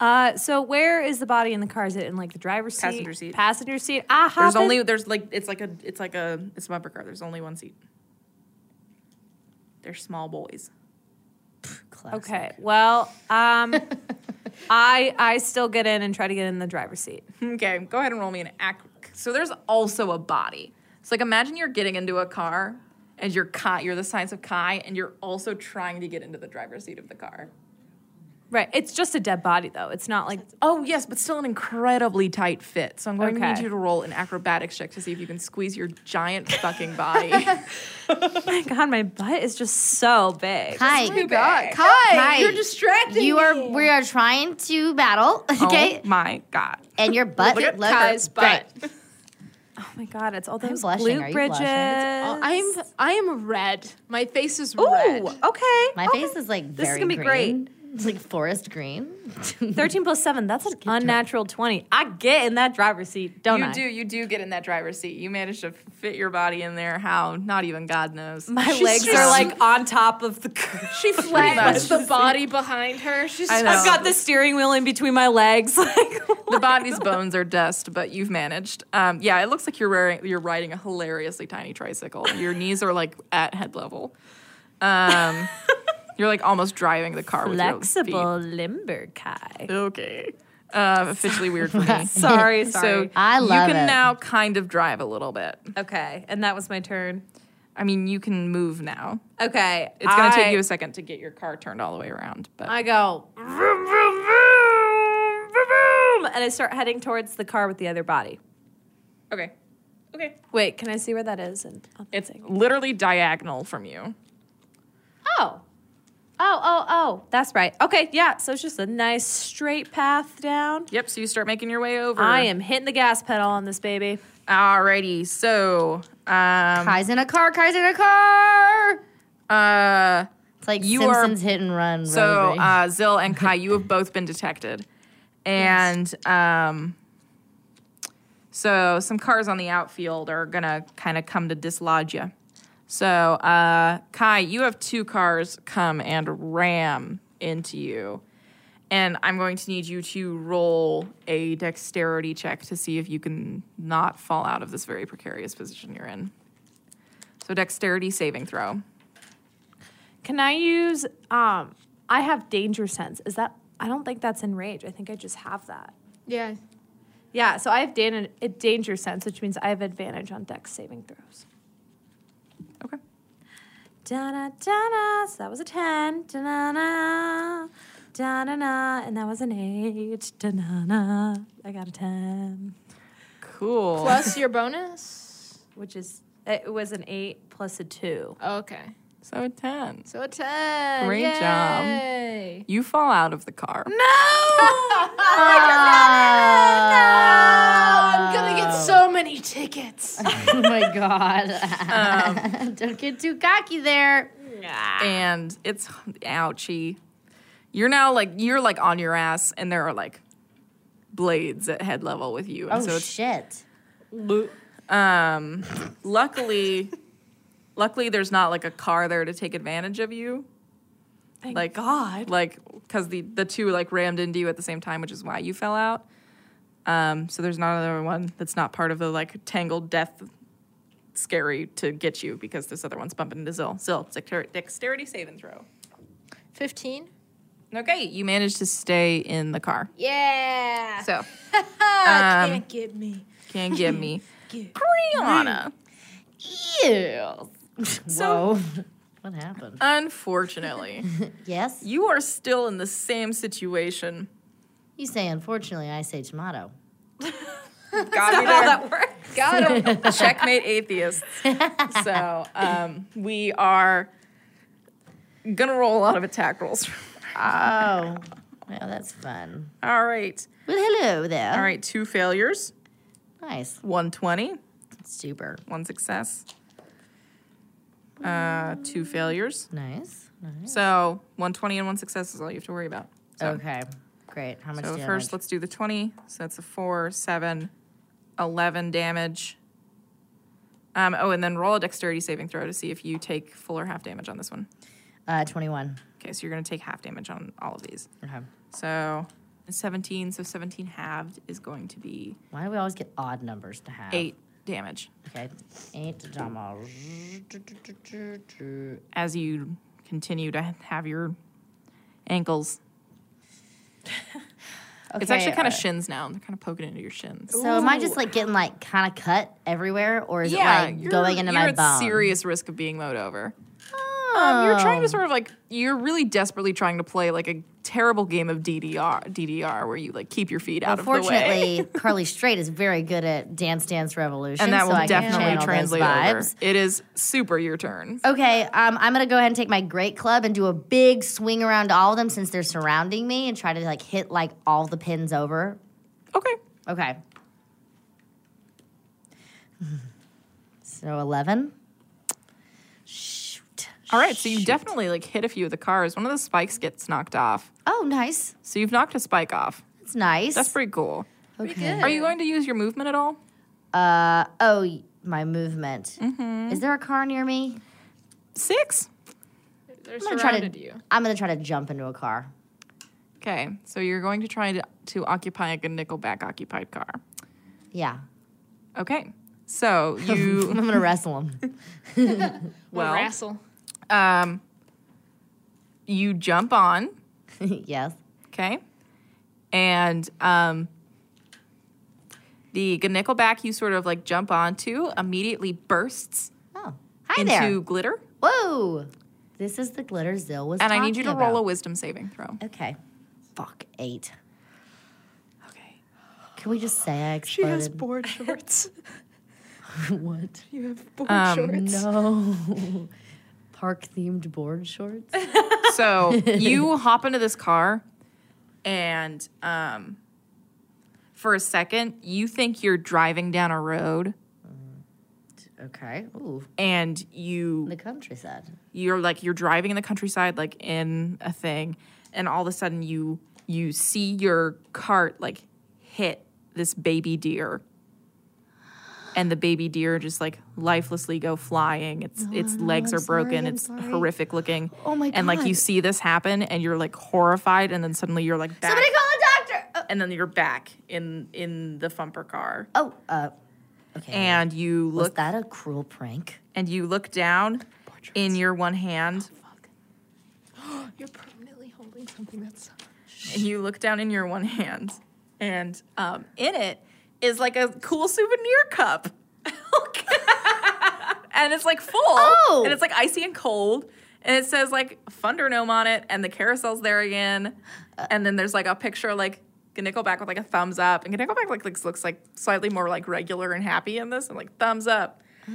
Speaker 5: Uh, so where is the body in the car? Is it in like the driver's seat?
Speaker 2: Passenger seat.
Speaker 5: Passenger seat. Ah, hop
Speaker 2: there's
Speaker 5: in-
Speaker 2: only there's like it's like a it's like a it's a bumper car. There's only one seat. They're small boys.
Speaker 1: Classic.
Speaker 5: Okay. Well, (laughs) um, I I still get in and try to get in the driver's seat.
Speaker 2: Okay, go ahead and roll me an ac. So there's also a body. So like imagine you're getting into a car and you're Kai, you're the size of Kai, and you're also trying to get into the driver's seat of the car.
Speaker 5: Right. It's just a dead body though. It's not like (laughs)
Speaker 2: Oh yes, but still an incredibly tight fit. So I'm going to
Speaker 5: Okay.
Speaker 2: need you to roll an acrobatics check to see if you can squeeze your giant fucking (laughs) body.
Speaker 5: my God, my butt is just so big.
Speaker 1: Hi.
Speaker 2: God,
Speaker 1: Kai,
Speaker 3: you're distracting
Speaker 1: You are. We are trying to battle, (laughs) okay?
Speaker 2: Oh my God.
Speaker 1: And your butt
Speaker 3: Look at
Speaker 1: look
Speaker 3: Kai's butt.
Speaker 1: great.
Speaker 5: Oh my God, it's all
Speaker 1: I'm
Speaker 5: those
Speaker 1: blushing. Are
Speaker 5: blue
Speaker 1: you blushing?
Speaker 5: bridges.
Speaker 3: Oh, I'm I am red. My face is red.
Speaker 5: Ooh. Okay.
Speaker 1: My
Speaker 5: okay.
Speaker 1: face is like
Speaker 5: Oh, This is
Speaker 1: very
Speaker 5: gonna be
Speaker 1: green. It's like forest green.
Speaker 5: Thirteen plus seven. That's an unnatural twenty. I get in that driver's seat, don't
Speaker 2: you
Speaker 5: I?
Speaker 2: do you do get in that driver's seat. You manage to fit your body in there. How? Not even God knows.
Speaker 5: My legs
Speaker 3: she's-
Speaker 5: are
Speaker 2: (laughs)
Speaker 5: like on top of the.
Speaker 3: She flags
Speaker 5: (laughs)
Speaker 3: the body behind her. She's
Speaker 2: I know.
Speaker 5: I've got the steering wheel in between my legs. (laughs) Like
Speaker 2: the body's bones are dust, but you've managed. Um, yeah, it looks like you're wearing, you're riding a hilariously tiny tricycle. Your knees are like at head level. Um, you're like almost driving the car with your feet.
Speaker 5: flexible, limber Kai.
Speaker 2: Okay, um, officially weird for me.
Speaker 5: Sorry,
Speaker 2: (laughs) So
Speaker 5: sorry.
Speaker 1: (laughs) I love
Speaker 2: you can
Speaker 1: it.
Speaker 2: now kind of drive a little bit.
Speaker 5: okay, and that was my turn.
Speaker 2: I mean, you can move now.
Speaker 5: Okay,
Speaker 2: It's gonna
Speaker 5: I-
Speaker 2: take you a second to get your car turned all the way around, but
Speaker 5: I go vroom, vroom, vroom, vroom, vroom, and I start heading towards the car with the other body.
Speaker 2: okay, okay.
Speaker 5: Wait, can I see where that is? And I'll
Speaker 2: It's
Speaker 5: think.
Speaker 2: literally diagonal from you.
Speaker 5: oh, oh, oh, oh. That's right. Okay, yeah. So it's just a nice straight path down.
Speaker 2: Yep. So you start making your way over.
Speaker 5: I am hitting the gas pedal on this baby.
Speaker 2: Alrighty. So um,
Speaker 1: Kai's in a car. Kai's in a car.
Speaker 2: Uh,
Speaker 1: It's like
Speaker 2: You are-
Speaker 1: Simpsons hit and run.
Speaker 2: so
Speaker 1: road rage.
Speaker 2: uh, Zill and Kai, you have both been (laughs) detected, and um, so some cars on the outfield are gonna kind of come to dislodge you. So uh, Kai, you have two cars come and ram into you, and I'm going to need you to roll a dexterity check to see if you can not fall out of this very precarious position you're in. So dexterity saving throw.
Speaker 5: Can I use? Um, I have danger sense. Is that? I don't think that's enrage. I think I just have that.
Speaker 4: Yeah.
Speaker 5: Yeah. So I have dan- a danger sense, which means I have advantage on dex saving throws.
Speaker 2: Okay.
Speaker 5: Da-na, da-na. So that was a 10. Da-na-na. Da-na-na. And that was an 8. Da-na-na. I got a 10.
Speaker 2: Cool.
Speaker 3: Plus your bonus.
Speaker 5: Which is, it was an 8 plus a 2.
Speaker 3: Okay.
Speaker 2: so a ten.
Speaker 3: So a 10.
Speaker 2: Great job.
Speaker 3: Yay.
Speaker 2: You fall out of the car. Oh
Speaker 3: Ah. I'm going to get so
Speaker 2: (laughs)
Speaker 3: many tickets.
Speaker 1: (laughs) oh my god! (laughs)
Speaker 4: Don't get too cocky there.
Speaker 2: and it's ouchy. You're now like you're like on your ass, and there are like blades at head level with you, and
Speaker 1: oh
Speaker 2: so it's
Speaker 1: shit!
Speaker 2: um. Luckily, luckily, there's not like a car there to take advantage of you. like God, like because the the two like rammed into you at the same time, which is why you fell out. Um. So there's not another one that's not part of the like tangled death. Scary to get you because this other one's bumping into Zill. Zill, dexter- dexterity save and throw.
Speaker 3: 15.
Speaker 2: Okay, you managed to stay in the car.
Speaker 3: Yeah.
Speaker 2: So, um,
Speaker 3: Ah, Can't get me.
Speaker 2: can give me Kriana.
Speaker 1: (laughs) Ew.
Speaker 2: So-
Speaker 1: Whoa. (laughs) what happened?
Speaker 2: Unfortunately,
Speaker 1: Yes,
Speaker 2: you are still in the same situation.
Speaker 1: you say. Unfortunately, I say tomato.
Speaker 2: Got me there. Got him. (laughs) Checkmate atheists. So, um, we are gonna roll a lot of attack rolls.
Speaker 1: Oh, (laughs) well, that's fun.
Speaker 2: All right.
Speaker 1: Well, hello there.
Speaker 2: All right, two failures,
Speaker 1: Nice.
Speaker 2: 120,
Speaker 1: Super.
Speaker 2: one success. Uh, two failures.
Speaker 1: Nice. Nice.
Speaker 2: So, 120 and one success is all you have to worry about. So-
Speaker 1: Okay. Great. How much
Speaker 2: So
Speaker 1: damage?
Speaker 2: first, let's do the 20. So that's a 4, 7, 11 damage. Um, oh, and then roll a dexterity saving throw to see if you take full or half damage on this one.
Speaker 1: uh, 21.
Speaker 2: Okay, so you're going to take half damage on all of these.
Speaker 1: Okay.
Speaker 2: So 17, so 17 halved is going to be
Speaker 1: Why do we always get odd numbers to have?
Speaker 2: 8 damage
Speaker 1: Okay. Eight damage.
Speaker 2: as you continue to have your ankles. (laughs) it's actually
Speaker 1: Okay,
Speaker 2: kind
Speaker 1: uh,
Speaker 2: of shins now. They're kind of poking into your shins.
Speaker 1: So am I just like getting like kind of cut everywhere, or is it like
Speaker 2: you're-
Speaker 1: going into
Speaker 2: you're
Speaker 1: my Oh.
Speaker 2: at
Speaker 1: bone?
Speaker 2: serious risk of being mowed over. Um, you're trying to sort of like you're really desperately trying to play like a terrible game of DDR DDR where you like keep your feet out of the way.
Speaker 1: Fortunately,
Speaker 2: (laughs)
Speaker 1: Carly Strait is very good at Dance Dance Revolution,
Speaker 2: And that
Speaker 1: so
Speaker 2: will
Speaker 1: I can channel
Speaker 2: definitely
Speaker 1: those
Speaker 2: translate over.
Speaker 1: vibes.
Speaker 2: It is super your turn.
Speaker 1: Okay, um, I'm gonna go ahead and take my great club and do a big swing around all of them since they're surrounding me and try to like hit like all the pins over. Oh,
Speaker 2: Okay.
Speaker 1: Okay. (laughs) So eleven. Shoot.
Speaker 2: All right. So you definitely like hit a few of the cars. One of the spikes gets knocked off.
Speaker 1: Oh, nice.
Speaker 2: So you've knocked a spike off.
Speaker 1: That's nice.
Speaker 2: That's pretty cool.
Speaker 1: okay.
Speaker 2: Are you going to use your movement at all?
Speaker 1: Uh oh, y- my movement. Is there a car near me?
Speaker 2: Six.
Speaker 3: They're
Speaker 1: I'm gonna try
Speaker 3: surrounded
Speaker 1: to.
Speaker 3: you.
Speaker 1: I'm gonna try to jump into a car.
Speaker 2: Okay. So you're going to try to, to occupy like a nickelback occupied car.
Speaker 1: Yeah. (laughs)
Speaker 2: Okay. So you
Speaker 1: I'm gonna wrestle him.
Speaker 2: well
Speaker 3: Rassle.
Speaker 2: Um, you jump on,
Speaker 1: (laughs) yes.
Speaker 2: okay, and um, the nickelback you sort of like jump onto immediately bursts
Speaker 1: Oh, hi
Speaker 2: into
Speaker 1: there.
Speaker 2: glitter,
Speaker 1: Whoa. This is the glitter Zill was
Speaker 2: and I need you to
Speaker 1: talking
Speaker 2: roll a
Speaker 1: about.
Speaker 2: wisdom saving throw.
Speaker 1: Okay. Fuck eight.
Speaker 2: Okay.
Speaker 1: Can we just say I exploded?
Speaker 3: board
Speaker 1: (laughs)
Speaker 3: shorts.
Speaker 1: what?
Speaker 3: You have board
Speaker 2: Um,
Speaker 3: shorts.
Speaker 1: No. (laughs) Park themed board shorts. (laughs)
Speaker 2: So you hop into this car, and um, for a second, you think you're driving down a road,
Speaker 1: Okay. Ooh,
Speaker 2: and you
Speaker 1: the countryside.
Speaker 2: you're like you're driving in the countryside like in a thing and all of a sudden you you see your cart like hit this baby deer and the baby deer just like lifelessly go flying its its legs are broken it's horrific looking
Speaker 1: Oh my
Speaker 2: and like you
Speaker 1: God.
Speaker 2: see this happen and you're like horrified and then suddenly you're like back
Speaker 1: Somebody call a doctor. Oh,
Speaker 2: and then you're back in in the fumper car
Speaker 1: oh uh, okay.
Speaker 2: and you
Speaker 1: was
Speaker 2: look
Speaker 1: that a cruel prank?
Speaker 2: and you look down in your one hand
Speaker 3: You're permanently holding something that's.
Speaker 2: and you look down in your one hand, and um, in it is like a cool souvenir cup. (laughs) and it's like full,
Speaker 4: Oh!
Speaker 2: and it's like icy and cold, and it says like Thunder Gnome on it, and the carousel's there again, and then there's like a picture like. Nickelback with like a thumbs up, and Nickelback like looks, looks like slightly more like regular and happy in this, and like thumbs up. Um,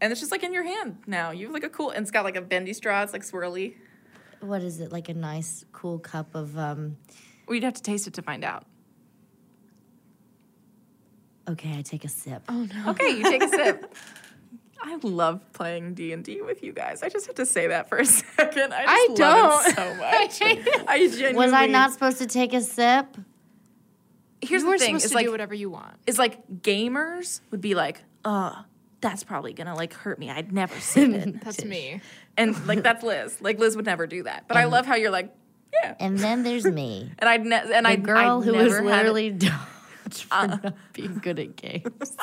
Speaker 2: and it's just like in your hand now. You have like a cool, and it's got like a bendy straw. It's like swirly.
Speaker 1: What is it? Like a nice, cool cup of, um,
Speaker 2: We'd have to taste it to find out.
Speaker 1: okay, I take a sip.
Speaker 2: Okay, you take a sip. I love playing D and D with you guys. I just have to say that for a (laughs) second. I
Speaker 3: I
Speaker 2: just love
Speaker 1: (laughs)
Speaker 2: it so
Speaker 3: (laughs)
Speaker 2: much. I genuinely
Speaker 1: Was I not supposed to take a sip?
Speaker 2: Here's
Speaker 3: you are
Speaker 2: the thing:
Speaker 3: supposed
Speaker 2: is
Speaker 3: to
Speaker 2: like
Speaker 3: do whatever you want.
Speaker 2: is like gamers would be like, uh, that's probably gonna like hurt me. I'd never
Speaker 1: (laughs)
Speaker 2: sip it,
Speaker 3: That's me.
Speaker 2: and like that's Liz. Like Liz would never do that. But I love how you're like, yeah.
Speaker 1: And then there's me,
Speaker 2: And I'd ne- and
Speaker 1: the
Speaker 2: I
Speaker 1: girl
Speaker 2: I
Speaker 1: who was
Speaker 2: never had it.
Speaker 1: literally (laughs) dogged for not being good at games.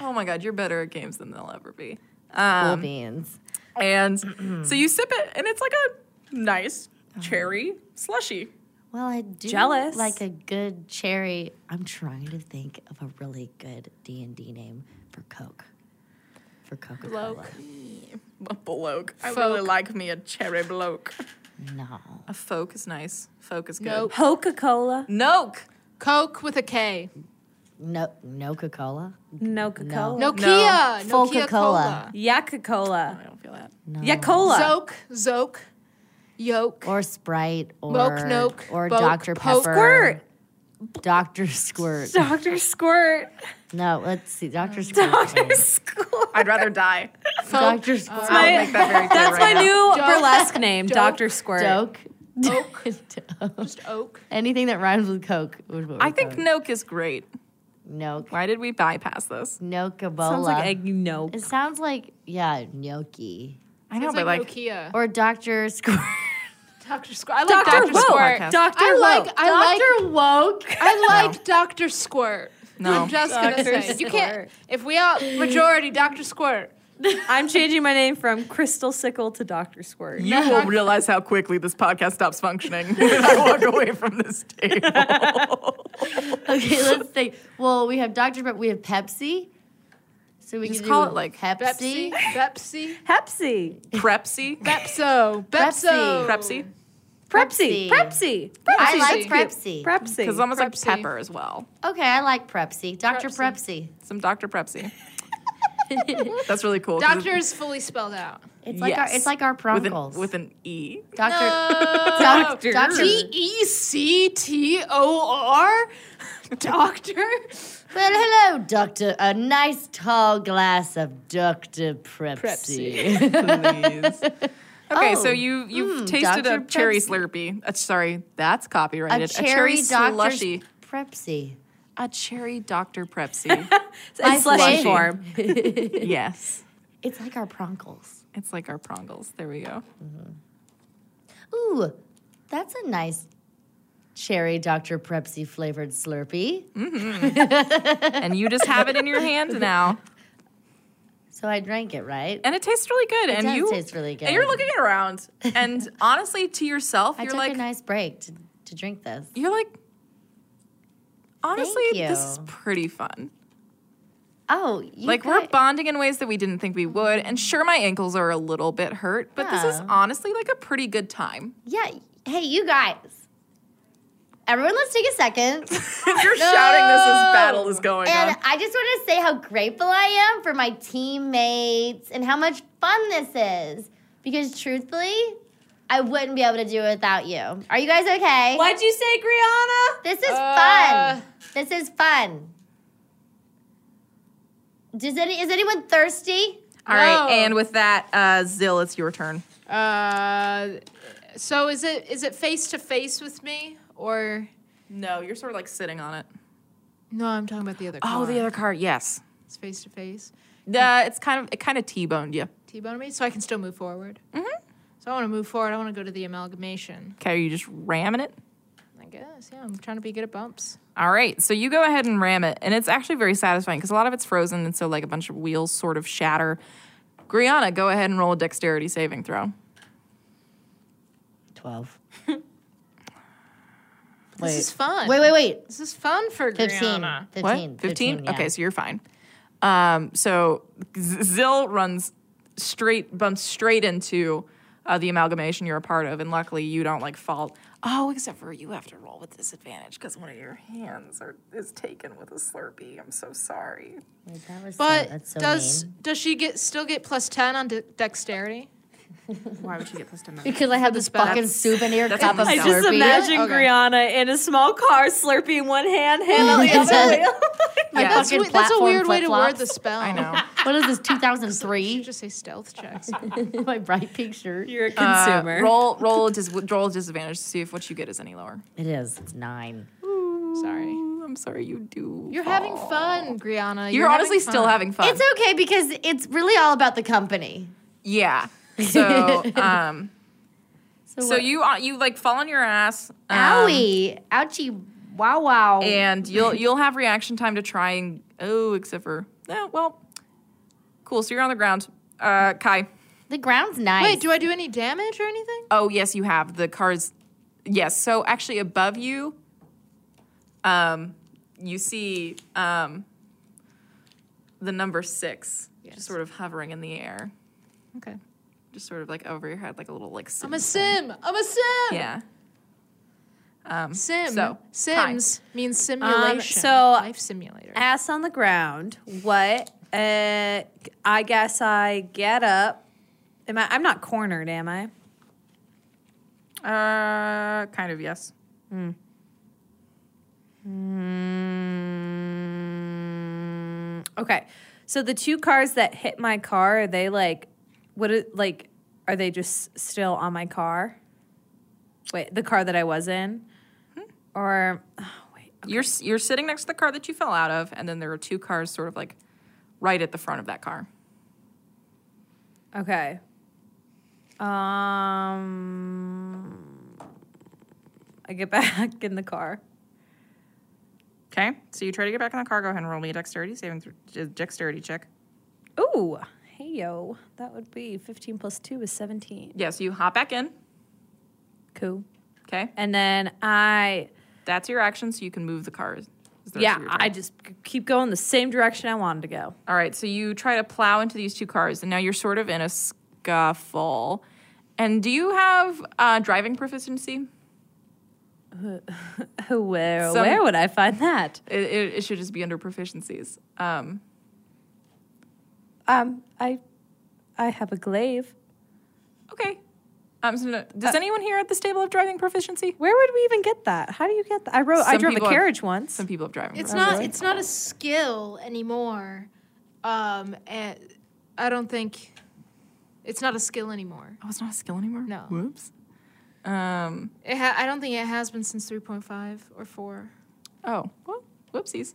Speaker 2: Oh my god, you're better at games than they'll ever be. um,
Speaker 1: Cool beans. (clears throat)
Speaker 2: And so you sip it, and it's like a nice cherry slushy.
Speaker 1: Well, I do
Speaker 5: Jealous.
Speaker 1: like a good cherry. I'm trying to think of a really good D and D name for Coke. For Coca Cola.
Speaker 2: A bloke. I really like me a cherry bloke.
Speaker 1: No.
Speaker 2: A folk is nice. Folk is good.
Speaker 3: Nope.
Speaker 5: Coca Cola.
Speaker 2: Noke.
Speaker 3: Coke with a K.
Speaker 1: No no Coca Cola.
Speaker 5: No Cola.
Speaker 3: Nokia. Nokia
Speaker 1: Coca-Cola.
Speaker 3: Cola.
Speaker 5: Yaka Cola.
Speaker 2: I don't feel that.
Speaker 1: No.
Speaker 5: Yeah, cola.
Speaker 3: Zoke. Zoke. Yoke.
Speaker 1: Or Sprite or
Speaker 3: Moke, noke,
Speaker 1: or
Speaker 3: poke,
Speaker 1: Dr.
Speaker 3: poke.
Speaker 1: Pepper. (laughs)
Speaker 5: Squirt.
Speaker 1: Dr. Squirt.
Speaker 5: Doctor (laughs) Squirt.
Speaker 1: No, let's see. Dr. Squirt. Dr.
Speaker 5: Squirt.
Speaker 2: I'd rather die.
Speaker 1: Dr. Squirt.
Speaker 2: I'll make that very clear
Speaker 5: That's my
Speaker 2: right (laughs) now.
Speaker 5: new
Speaker 3: Dope.
Speaker 5: burlesque name,
Speaker 3: Dope.
Speaker 5: Doctor Squirt.
Speaker 1: Doke.
Speaker 3: Oak.
Speaker 1: Doke.
Speaker 3: Just oak.
Speaker 1: Anything that rhymes with Coke. would- would
Speaker 2: I think
Speaker 1: go.
Speaker 2: Noke is great.
Speaker 1: no.
Speaker 2: Why did we bypass this?
Speaker 1: No Cabola.
Speaker 5: Sounds like egg no.
Speaker 1: It sounds like yeah, gnocchi
Speaker 2: I know,
Speaker 3: It's
Speaker 2: but
Speaker 3: like
Speaker 2: like,
Speaker 3: Nokia.
Speaker 1: or Doctor Squirt.
Speaker 3: Dr. Squirt. I like
Speaker 5: Doctor
Speaker 3: Dr. Squirt.
Speaker 5: Woke.
Speaker 2: Podcast.
Speaker 5: Doctor
Speaker 3: I like.
Speaker 5: Woke.
Speaker 3: I like.
Speaker 1: Woke.
Speaker 3: I like Dr. Squirt.
Speaker 2: No.
Speaker 3: (laughs) I'm just gonna
Speaker 5: Dr.
Speaker 3: say you can't. If we are majority, Dr. Squirt.
Speaker 5: I'm changing my name from Crystal Sickle to Doctor Squirt.
Speaker 2: you will realize how quickly this podcast stops functioning (laughs) when I walk away from this
Speaker 1: (laughs)
Speaker 2: table.
Speaker 1: Okay, let's think. Well, we have Doctor Pepper. We have Pepsi. So we
Speaker 2: Just
Speaker 1: can
Speaker 2: call
Speaker 1: do
Speaker 2: it, like,
Speaker 1: Pepsi.
Speaker 3: Pepsi. Pepsi.
Speaker 5: Pepsi.
Speaker 2: Prepsy.
Speaker 3: Pepso. Pepso.
Speaker 2: Prepsy.
Speaker 5: Prepsi.
Speaker 1: Prepsi.
Speaker 5: Prepsi.
Speaker 1: I
Speaker 3: Prepsi.
Speaker 1: like
Speaker 3: That's
Speaker 1: Prepsi.
Speaker 5: Prepsi.
Speaker 2: Because it's almost
Speaker 3: Prepsy.
Speaker 2: like pepper as well.
Speaker 1: okay, I like Prepsi. Doctor Prepsi.
Speaker 3: Prepsi.
Speaker 2: Some Dr. Prepsy. That's really cool. 'cause
Speaker 3: Doctor is fully spelled out.
Speaker 1: It's like our,
Speaker 2: Yes.
Speaker 1: it's like our prom
Speaker 2: with
Speaker 1: goals.
Speaker 2: an, with an E.
Speaker 1: Doctor (laughs)
Speaker 3: Doctor.
Speaker 1: Doctor.
Speaker 3: D E C T O R. Doctor.
Speaker 1: Well, hello, Doctor. A nice tall glass of Doctor Prepsi.
Speaker 2: Please. (laughs) Okay, so
Speaker 1: Oh.
Speaker 2: you you've
Speaker 1: Mm,
Speaker 2: tasted a
Speaker 1: Dr.
Speaker 2: cherry
Speaker 1: Pepsi.
Speaker 2: Slurpee. Uh, sorry, that's
Speaker 1: a,
Speaker 2: copyrighted. A cherry,
Speaker 1: cherry Doctor
Speaker 2: slushy.
Speaker 1: Prepsi.
Speaker 2: A cherry Dr. Prepsi.
Speaker 5: in
Speaker 1: favorite.
Speaker 5: slushy form.
Speaker 2: (laughs) yes.
Speaker 1: It's like our pronkles.
Speaker 2: It's like our prongles. There we go.
Speaker 1: Ooh, that's a nice cherry Dr. Prepsi flavored Slurpee.
Speaker 2: And you just have it in
Speaker 1: (laughs)
Speaker 2: your hand now.
Speaker 1: So I drank it, right?
Speaker 2: And it tastes really good. and
Speaker 1: does
Speaker 2: you
Speaker 1: taste really
Speaker 2: And you're
Speaker 1: good.
Speaker 2: looking around.
Speaker 1: (laughs)
Speaker 2: And honestly, to yourself,
Speaker 1: I
Speaker 2: you're
Speaker 1: took
Speaker 2: like
Speaker 1: a nice break to, to drink this.
Speaker 2: you're like Honestly,
Speaker 1: Thank
Speaker 2: this is
Speaker 1: you.
Speaker 2: pretty fun.
Speaker 1: Oh, you
Speaker 2: like we're
Speaker 1: guy-
Speaker 2: bonding in ways that we didn't think we would. And sure my ankles are a little bit hurt, but this is
Speaker 1: Yeah.
Speaker 2: honestly like a pretty good time. (laughs)
Speaker 1: yeah. Hey, you guys. Everyone, let's take a
Speaker 2: (laughs)
Speaker 1: second.
Speaker 2: Oh You're shouting this as battle is going on.
Speaker 1: And I just want to say how grateful I am for my teammates and how much fun this is. Because truthfully, I wouldn't be able to do it without you. Are you guys okay?
Speaker 5: What'd you say, Griana?
Speaker 1: This is
Speaker 3: Uh,
Speaker 1: fun. This is fun. Does any is anyone thirsty?
Speaker 2: All right,
Speaker 3: No.
Speaker 2: and with that, uh, Zill, it's your turn.
Speaker 3: Uh, so is it is it face to face with me or
Speaker 2: No, you're sort of like sitting on it.
Speaker 3: no? I'm talking about the other.
Speaker 2: Oh,
Speaker 3: car.
Speaker 2: the other card, yes.
Speaker 3: It's face to face.
Speaker 2: Uh, it's kind of it kind of T-boned you.
Speaker 3: T-bone me, so I can still move forward. Mm-hmm. So I want to move forward. I want to go to the amalgamation.
Speaker 2: Okay, are you just ramming it?
Speaker 3: I guess. Yeah, I'm trying to be good at bumps.
Speaker 2: All right, so you go ahead and ram it, and it's actually very satisfying because a lot of it's frozen, and so like a bunch of wheels sort of shatter. Griana, go ahead and roll a dexterity saving throw.
Speaker 1: (laughs) 12.
Speaker 3: This is fun.
Speaker 1: Wait, wait, wait.
Speaker 3: This is fun for
Speaker 1: 15.
Speaker 3: Brianna.
Speaker 1: 15.
Speaker 2: What?
Speaker 1: 15? yeah.
Speaker 2: Okay, so you're fine. Um, so Z- Zill runs straight, bumps straight into uh, the amalgamation you're a part of, and luckily you don't like fall. Oh, except for you have to roll with disadvantage because one of your hands are, is taken with a Slurpee. I'm so sorry.
Speaker 1: Wait, that was so-
Speaker 3: But
Speaker 1: that's so
Speaker 3: does
Speaker 1: mean.
Speaker 3: does she get still get plus ten on de- dexterity?
Speaker 2: Why would you get plus ten?
Speaker 1: Because I have this fucking souvenir
Speaker 2: that's
Speaker 1: cup of
Speaker 2: I
Speaker 5: I
Speaker 2: just
Speaker 5: just
Speaker 1: Slurpee.
Speaker 5: imagine
Speaker 3: Okay.
Speaker 5: Brianna in a small car, Slurpee in one hand,
Speaker 1: (laughs)
Speaker 5: hand on the
Speaker 1: (laughs) It's
Speaker 5: other.
Speaker 1: a-
Speaker 5: wheel.
Speaker 1: My
Speaker 2: Yeah.
Speaker 3: That's,
Speaker 1: fucking
Speaker 3: we- that's a
Speaker 1: platform
Speaker 3: weird way to word
Speaker 1: flip-flops.
Speaker 3: the spell.
Speaker 2: I know.
Speaker 1: What is this, (laughs)
Speaker 3: You
Speaker 1: 2003?
Speaker 3: just say stealth checks.
Speaker 1: My bright pink shirt.
Speaker 5: You're a
Speaker 2: (laughs) Uh,
Speaker 5: (laughs) consumer.
Speaker 2: roll, roll, a dis- roll a disadvantage to see if what you get is any lower.
Speaker 1: It is. It's nine.
Speaker 2: Sorry, I'm sorry. You do.
Speaker 3: You're
Speaker 2: fall.
Speaker 3: having fun, Brianna.
Speaker 2: You're, honestly still
Speaker 3: fun.
Speaker 2: having fun.
Speaker 1: It's okay because it's really all about the company.
Speaker 2: yeah. So. Um,
Speaker 1: So,
Speaker 2: So
Speaker 1: what-
Speaker 2: you uh, you like fall on your ass. um,
Speaker 1: Owie. Ouchie. Wow, wow.
Speaker 2: And
Speaker 3: (laughs)
Speaker 2: you'll you'll have reaction time to try and oh, except for oh, well, cool. So you're on the ground, uh, Kai.
Speaker 1: the ground's nice.
Speaker 3: Wait, do I do any damage or anything?
Speaker 2: Oh yes, you have the cars. Yes. So actually, above you, um, you see um, the number six, just sort of hovering in the air,
Speaker 3: Okay.
Speaker 2: just sort of like over your head, like a little like.
Speaker 3: I'm a
Speaker 2: sim.
Speaker 3: sim. I'm a sim.
Speaker 2: Yeah. Um,
Speaker 3: Sim.
Speaker 2: So,
Speaker 3: Sims means simulation.
Speaker 5: Um, so-
Speaker 3: life simulator.
Speaker 5: Ass on the ground. What? Uh, I guess I get up. Am I? I'm not cornered, am I?
Speaker 2: uh, kind of yes.
Speaker 5: Mm, okay. So the two cars that hit my car are they like? What? Are, like, are they just still on my car? Wait, the car that I was in, or oh, wait,
Speaker 2: You're s- you're sitting next to the car that you fell out of, and then there are two cars sort of like right at the front of that car.
Speaker 5: Okay. Um, I get (laughs) back in the car.
Speaker 2: Okay, so you try to get back in the car. Go ahead and roll me a dexterity saving th- dexterity check.
Speaker 5: Ooh, hey yo, that would be fifteen plus two is seventeen.
Speaker 2: Yes, you hop back in.
Speaker 5: Cool.
Speaker 2: Okay,
Speaker 5: And then I,
Speaker 2: that's your action, so you can move the cars. Is the rest
Speaker 5: yeah,
Speaker 2: of your turn.
Speaker 5: I just c- keep going the same direction I wanted to go. (laughs)
Speaker 2: All right, so you try to plow into these two cars, and now you're sort of in a scuffle. And do you have uh, driving proficiency?
Speaker 5: Where,
Speaker 2: Some-
Speaker 5: where would I find that?
Speaker 2: It, it, it should just be under proficiencies. Um,
Speaker 5: Um, I, I have a glaive.
Speaker 2: okay. Um, so no- does anyone here at this table have driving proficiency?
Speaker 5: Where would we even get that? How do you get that? I wrote. I
Speaker 2: Some
Speaker 5: drove a
Speaker 2: people have-
Speaker 5: carriage once.
Speaker 2: Some people have driving.
Speaker 3: It's not. It's not a skill anymore. Um, and I don't think it's not a skill anymore.
Speaker 2: Oh, it's not a skill anymore?
Speaker 3: No.
Speaker 2: Whoops. Um,
Speaker 3: It ha- I don't think it has been since three point five or four.
Speaker 2: oh, well, whoopsies.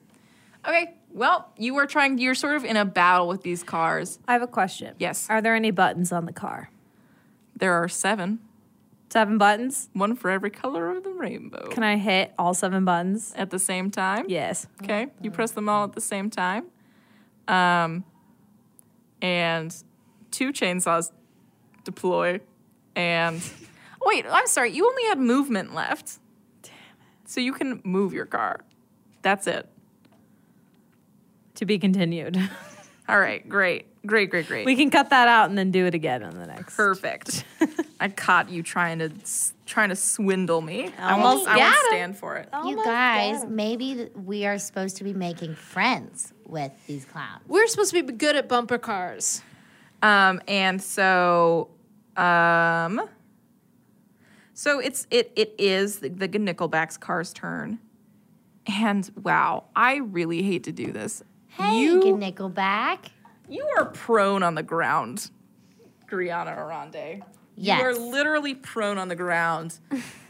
Speaker 2: Okay, well, you are trying, you're sort of in a battle with these cars.
Speaker 5: I have a question.
Speaker 2: Yes.
Speaker 5: Are there any buttons on the car?
Speaker 2: There are seven,
Speaker 5: Seven buttons.
Speaker 2: one for every color of the rainbow.
Speaker 5: Can I hit all seven buttons?
Speaker 2: at the same time?
Speaker 5: Yes.
Speaker 2: Okay, you press them all at the same time. Um, and two chainsaws deploy. And wait, I'm sorry, you only had movement left. Damn it. So you can move your car. That's it.
Speaker 5: To be continued. (laughs)
Speaker 2: All right, great, great, great, great.
Speaker 5: we can cut that out and then do it again on the next.
Speaker 1: (laughs)
Speaker 2: Perfect. I caught you trying to s- trying to swindle me. I
Speaker 1: Oh,
Speaker 5: Almost
Speaker 2: won't, I won't
Speaker 5: got 'em.
Speaker 2: stand for it.
Speaker 1: you guys, maybe th- we are supposed to be making friends with these clowns.
Speaker 3: We're supposed to be good at bumper cars.
Speaker 2: Um, and so, um, so it's it it is the, the Nickelback's car's turn, and wow, I really hate to do this.
Speaker 1: Hey,
Speaker 2: you
Speaker 1: you Nickelback.
Speaker 2: you are prone on the ground, Griana Arande.
Speaker 1: Yes.
Speaker 2: You are literally prone on the ground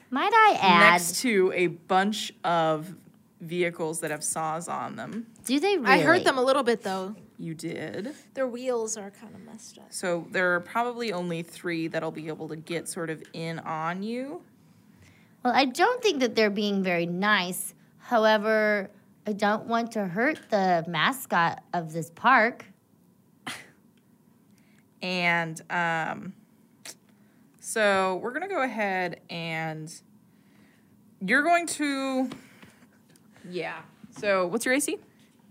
Speaker 1: Might I add?
Speaker 2: next to a bunch of vehicles that have saws on them.
Speaker 1: do they really?
Speaker 3: I hurt them a little bit though.
Speaker 2: You did.
Speaker 3: Their wheels are kind of messed up.
Speaker 2: So there are probably only three that'll be able to get sort of in on you.
Speaker 1: Well, I don't think that they're being very nice. However, I don't want to hurt the mascot of this park.
Speaker 2: and um, So we're gonna go ahead and you're going to. Yeah. So what's your AC?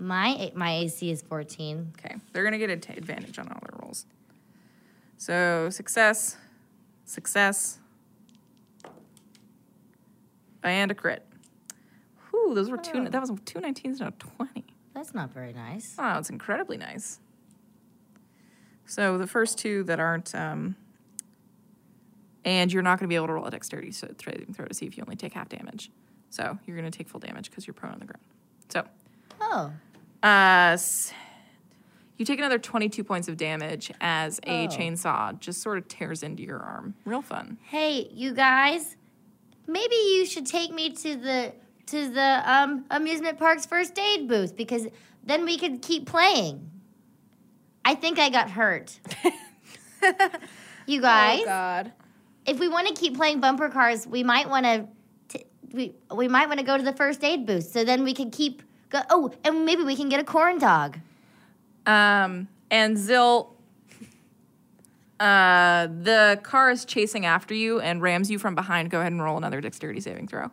Speaker 1: My my AC is 14.
Speaker 2: Okay, they're gonna get an advantage on all their rolls. So success, success, and a crit. Whew, those were two. That was two 19s and a twenty.
Speaker 1: That's not very nice.
Speaker 2: Oh, it's incredibly nice. So the first two that aren't, um, and you're not going to be able to roll a dexterity so- saving throw to see if you only take half damage. So you're going to take full damage because you're prone on the ground. So
Speaker 1: Oh,
Speaker 2: uh, s- you take another 22 points of damage as a chainsaw just sort of tears into your arm. Real fun.
Speaker 1: hey, you guys, maybe you should take me to the to the um, amusement park's first aid booth because then we could keep playing. I think I got hurt. you guys,
Speaker 3: God.
Speaker 1: if we want to keep playing bumper cars, we might want to we we might want to go to the first aid booth so then we can keep go. Oh, and maybe we can get a corn dog.
Speaker 2: Um, and Zil, uh, the car is chasing after you and rams you from behind. Go ahead and roll another dexterity saving throw.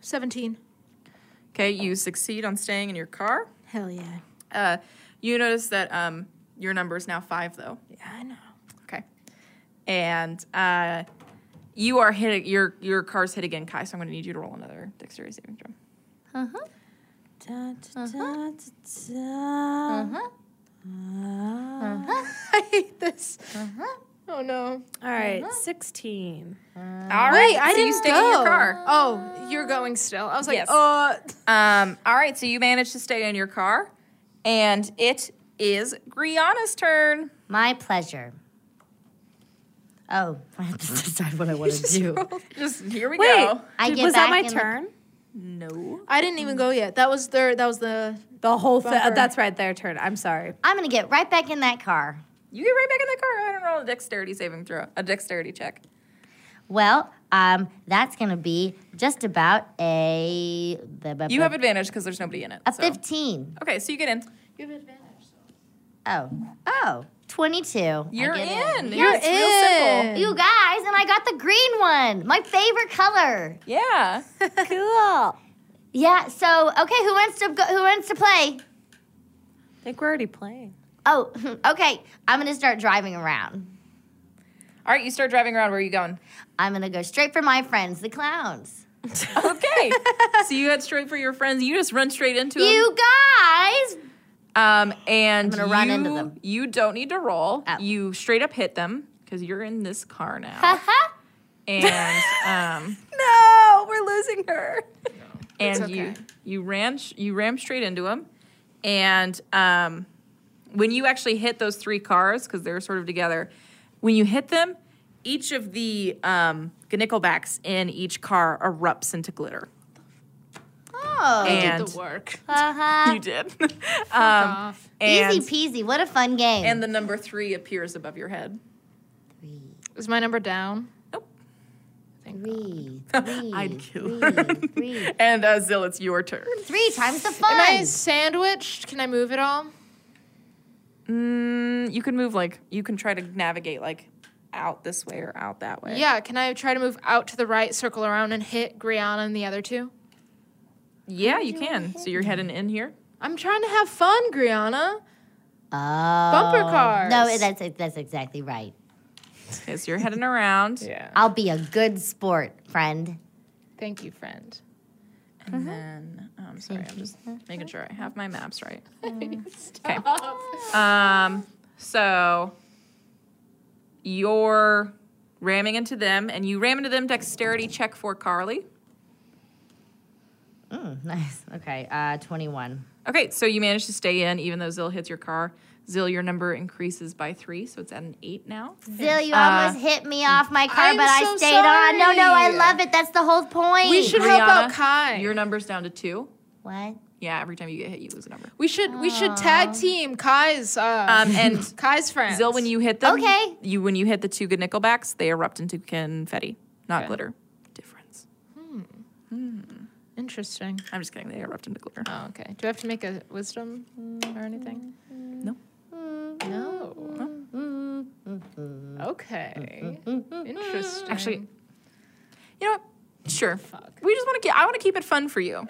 Speaker 3: Seventeen.
Speaker 2: Okay, you succeed on staying in your car.
Speaker 3: Hell yeah.
Speaker 2: Uh, you notice that um, your number is now five, though.
Speaker 3: Yeah, I know.
Speaker 2: Okay. And uh, you are hit. Your your car's hit again, Kai. So I'm going to need you to roll another dexterity saving throw.
Speaker 3: Da, da,
Speaker 1: Uh-huh.
Speaker 3: da, da, da.
Speaker 1: Uh-huh.
Speaker 3: I hate this. Oh no.
Speaker 5: All right,
Speaker 1: Uh-huh.
Speaker 5: 16.
Speaker 2: All
Speaker 3: Wait,
Speaker 2: right.
Speaker 3: Uh, I
Speaker 2: so
Speaker 3: didn't
Speaker 2: you stay in your
Speaker 3: go.
Speaker 2: car.
Speaker 3: Oh, you're going still. I was like,
Speaker 2: Yes.
Speaker 3: uh,
Speaker 2: Um, all right. So you managed to stay in your car, and it is Griana's turn. (laughs)
Speaker 1: My pleasure. Oh, (laughs) I have to decide what I want to do.
Speaker 2: Just here we
Speaker 5: Wait,
Speaker 2: go.
Speaker 1: I
Speaker 5: did-
Speaker 1: get
Speaker 5: was that
Speaker 1: back
Speaker 5: my
Speaker 1: in the-
Speaker 5: turn?
Speaker 2: No.
Speaker 3: I didn't even go yet. That was their. That was the.
Speaker 5: The whole thing.
Speaker 3: Bumper.
Speaker 5: That's right, their turn. I'm sorry.
Speaker 1: I'm gonna get right back in that car.
Speaker 2: You get right back in the car. Go ahead and roll a dexterity saving throw. A dexterity check.
Speaker 1: Well, um, that's gonna be just about a.
Speaker 2: You have advantage because there's nobody in it.
Speaker 1: a
Speaker 2: so.
Speaker 1: 15.
Speaker 2: Okay, so you get in.
Speaker 1: Oh, oh, 22. I
Speaker 2: You're
Speaker 1: get
Speaker 2: in.
Speaker 3: You're
Speaker 2: Yeah, it's real simple.
Speaker 3: in.
Speaker 1: You guys, and I got the green one, my favorite color.
Speaker 2: Yeah.
Speaker 1: cool. Yeah. So, okay, who wants to go, who wants to play?
Speaker 5: I think we're already playing.
Speaker 1: Oh, (laughs) okay. I'm gonna start driving around.
Speaker 2: All right, you start driving around. Where are you going?
Speaker 1: I'm gonna go straight for my friends, the clowns.
Speaker 2: (laughs) Okay. so you head straight for your friends. You just run straight into them.
Speaker 1: You guys,
Speaker 2: Um, and
Speaker 1: I'm gonna run
Speaker 2: you-
Speaker 1: into them.
Speaker 2: You don't need to roll.
Speaker 1: Oh.
Speaker 2: You straight up hit them because you're in this car now.
Speaker 1: haha.
Speaker 2: and um,
Speaker 5: (laughs) No, we're losing her.
Speaker 2: and
Speaker 3: It's
Speaker 2: you
Speaker 3: okay.
Speaker 2: you ran sh- you rammed straight into them, and um, when you actually hit those three cars because they're sort of together, when you hit them, each of the um, Nickelbacks in each car erupts into glitter.
Speaker 1: Oh.
Speaker 2: and
Speaker 3: did the work. Uh,
Speaker 1: Uh-huh.
Speaker 2: you did. (laughs) um,
Speaker 3: Off.
Speaker 2: and,
Speaker 1: Easy peasy. What a fun game.
Speaker 2: and the number three appears above your head.
Speaker 3: Is my number down?
Speaker 1: three,
Speaker 2: I'd
Speaker 1: three,
Speaker 2: kill her.
Speaker 1: three,
Speaker 2: And uh, Zill, it's your turn.
Speaker 1: three times the
Speaker 3: Am I
Speaker 1: fun.
Speaker 3: sandwiched? Can I move at all?
Speaker 2: Mm, you can move like you can try to navigate like out this way or out that way.
Speaker 3: Yeah. Can I try to move out to the right, circle around, and hit Griana and the other two?
Speaker 2: Yeah, you can. So you're heading in here.
Speaker 3: I'm trying to have fun,
Speaker 2: (laughs)
Speaker 3: Griana.
Speaker 1: Oh.
Speaker 3: Bumper cars.
Speaker 1: No, that's that's exactly right.
Speaker 2: Okay, so you're heading around.
Speaker 3: (laughs) Yeah.
Speaker 1: I'll be a good sport, friend.
Speaker 3: Thank you, friend. Mm-hmm.
Speaker 2: And then oh, I'm sorry, I'm just making sure I have my maps right.
Speaker 3: (laughs) Stop.
Speaker 2: Um, so you're ramming into them, and you ram into them. Dexterity check for Carly.
Speaker 1: Mm, nice. Okay. Uh, twenty-one.
Speaker 2: Okay, so you managed to stay in, even though Zill hits your car. Zill, your number increases by three, so it's at an eight now.
Speaker 1: Zill, you
Speaker 2: Uh,
Speaker 1: almost hit me off my car,
Speaker 3: I'm
Speaker 1: but I
Speaker 3: so
Speaker 1: stayed on. No, no, I
Speaker 3: sorry.
Speaker 1: love it. That's the whole point.
Speaker 3: We should help out
Speaker 2: Brianna,
Speaker 3: Kai.
Speaker 2: Your number's down to two.
Speaker 1: What?
Speaker 2: Yeah, every time you get hit, you lose a number.
Speaker 3: we should we should tag team Kai's uh,
Speaker 2: (laughs) Um, (laughs) and
Speaker 3: Kai's friends.
Speaker 2: Zill, when you hit them,
Speaker 1: Okay.
Speaker 2: you when you hit the two good Nickelbacks, they erupt into confetti, not glitter. Difference.
Speaker 3: interesting.
Speaker 2: I'm just kidding. They erupt into glitter.
Speaker 3: Oh, okay. Do I have to make a wisdom or anything?
Speaker 2: No.
Speaker 3: No.
Speaker 6: Okay. Interesting.
Speaker 2: Actually, you know what? Sure. We just want to keep. I want to keep it fun for you.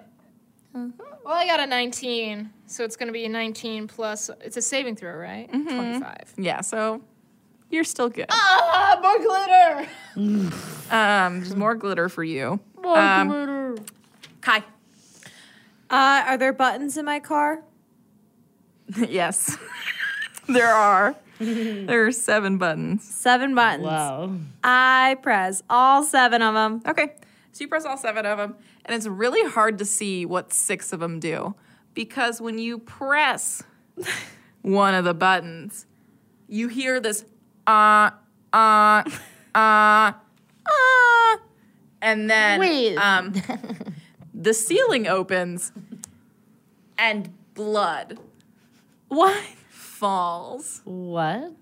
Speaker 6: Well, I got a 19, so it's going to be a 19 plus. It's a saving throw, right? 25.
Speaker 2: Yeah. So you're still good.
Speaker 6: Ah, more glitter.
Speaker 2: (laughs) Um, there's more glitter for you. More glitter. Kai. (laughs)
Speaker 5: Uh, are there buttons in my car?
Speaker 2: yes. (laughs) there are. there are seven buttons.
Speaker 5: Seven buttons.
Speaker 1: Wow.
Speaker 5: I press all seven of them.
Speaker 2: Okay. So you press all seven of them, and it's really hard to see what six of them do because when you press one of the buttons, you hear this uh uh uh uh, and then
Speaker 7: Wait.
Speaker 2: um, the ceiling opens and blood
Speaker 5: What?
Speaker 2: falls.
Speaker 1: What?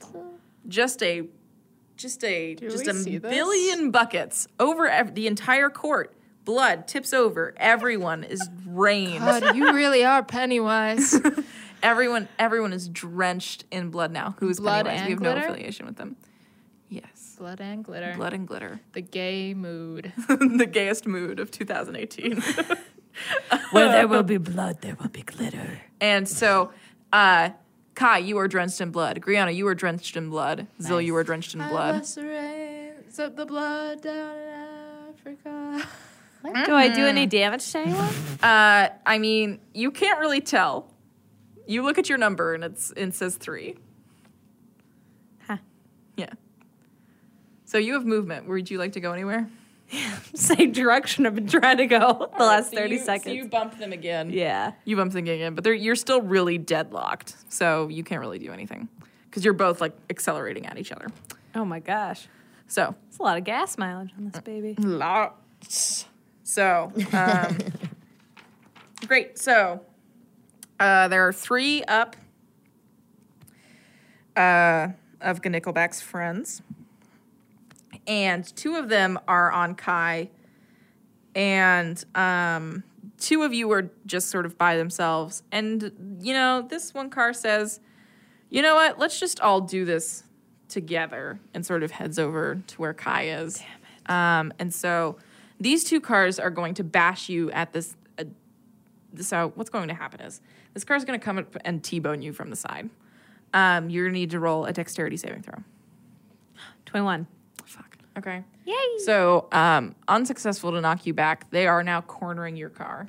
Speaker 2: Just a just a just
Speaker 6: we
Speaker 2: a
Speaker 6: see this?
Speaker 2: billion buckets over ev- the entire court. Blood tips over. Everyone is rained.
Speaker 6: God, you really are Pennywise.
Speaker 2: Everyone everyone is drenched in blood now. Who's
Speaker 6: Blood
Speaker 2: Pennywise?
Speaker 6: and
Speaker 2: We have no
Speaker 6: glitter?
Speaker 2: affiliation with them. Yes.
Speaker 6: (laughs) Blood and glitter.
Speaker 2: Blood and glitter. (laughs)
Speaker 6: The gay (laughs) mood.
Speaker 2: the gayest mood of 2018.
Speaker 1: (laughs) Where there will be blood, there will be glitter.
Speaker 2: and so uh Kai, you are drenched in blood. Griana, you are drenched in blood. Zill, you are drenched in blood.
Speaker 6: the blood down in Africa.
Speaker 5: Do I do any damage to anyone?
Speaker 2: Uh, I mean, you can't really tell. You look at your number and it's it says three.
Speaker 5: Huh.
Speaker 2: Yeah. So you have movement. Would you like to go anywhere?
Speaker 5: (laughs) Same direction I've been trying to go (laughs) the last 30 seconds.
Speaker 2: bump them again.
Speaker 5: yeah.
Speaker 2: You bump them again, but they're, you're still really deadlocked, so you can't really do anything because you're both like accelerating at each other.
Speaker 5: Oh my gosh.
Speaker 2: So
Speaker 5: It's a lot of gas mileage on this baby.
Speaker 2: lots. So um, great. So uh, there are three up uh, of Nickelback's friends, and two of them are on Kai, and um, two of you are just sort of by themselves. And you know, this one car says, "You know what? Let's just all do this together," and sort of heads over to where Kai is. Um, and so these two cars are going to bash you at this. Uh, so what's going to happen is this car is going to come up and T-bone you from the side. Um, you're going to need to roll a dexterity saving throw.
Speaker 5: 21.
Speaker 2: Fuck. Okay. Yay. So um, unsuccessful to knock you back. They are now cornering your car.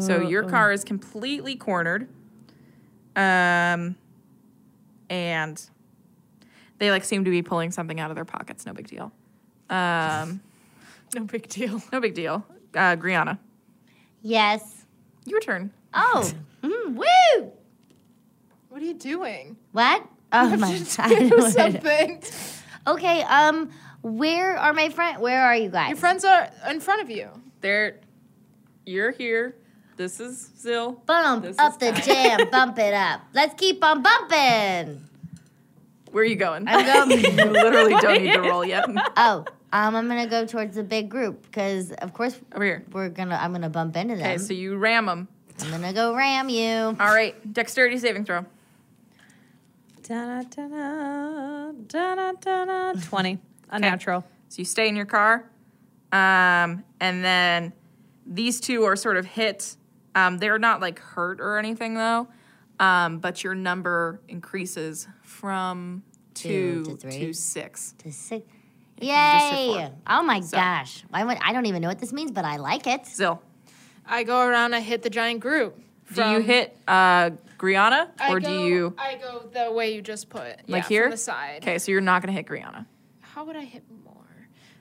Speaker 2: So your car is completely cornered. Um, and they like seem to be pulling something out of their pockets. No big deal. Um,
Speaker 6: No big deal.
Speaker 2: (laughs) no big deal. Uh, Griana,
Speaker 1: Yes.
Speaker 2: your turn.
Speaker 1: Oh. Mm, woo!
Speaker 6: What are you doing?
Speaker 1: What? Oh my I
Speaker 6: Do
Speaker 1: know (laughs) what I did.
Speaker 6: something.
Speaker 1: Okay, um, where are my friend? Where are you guys?
Speaker 6: Your friends are in front of you.
Speaker 2: There, you're here. This is Zill.
Speaker 1: Bump
Speaker 2: This is
Speaker 1: up the
Speaker 2: fine. (laughs)
Speaker 1: jam, bump it up. Let's keep on bumping.
Speaker 2: Where are you going? (laughs)
Speaker 1: I'm going.
Speaker 2: you literally don't need to roll yet.
Speaker 1: oh, um, I'm gonna go towards the big group because of course
Speaker 2: (laughs) Over here.
Speaker 1: we're gonna. I'm gonna bump into them.
Speaker 2: Okay, so you ram them.
Speaker 1: I'm gonna go ram you.
Speaker 2: All right, dexterity saving throw.
Speaker 5: Da-na-da-na, da-na-da-na. (laughs) 20. Unnatural.
Speaker 2: So you stay in your car, um, and then these two are sort of hit. Um, they're not like hurt or anything though, um, but your number increases from two,
Speaker 1: Two to three.
Speaker 2: to six.
Speaker 1: To six.
Speaker 2: just hit
Speaker 1: Yay!
Speaker 2: four.
Speaker 1: Oh my
Speaker 2: So.
Speaker 1: gosh! I went, I don't even know what this means, but I like it.
Speaker 2: Zill,
Speaker 6: I go around. I hit the giant group.
Speaker 2: do you hit uh, Griana or do you?
Speaker 6: I go the way you just put. Like
Speaker 2: Like here?
Speaker 6: from the side.
Speaker 2: Okay, so you're not gonna hit Griana.
Speaker 6: How would I hit more?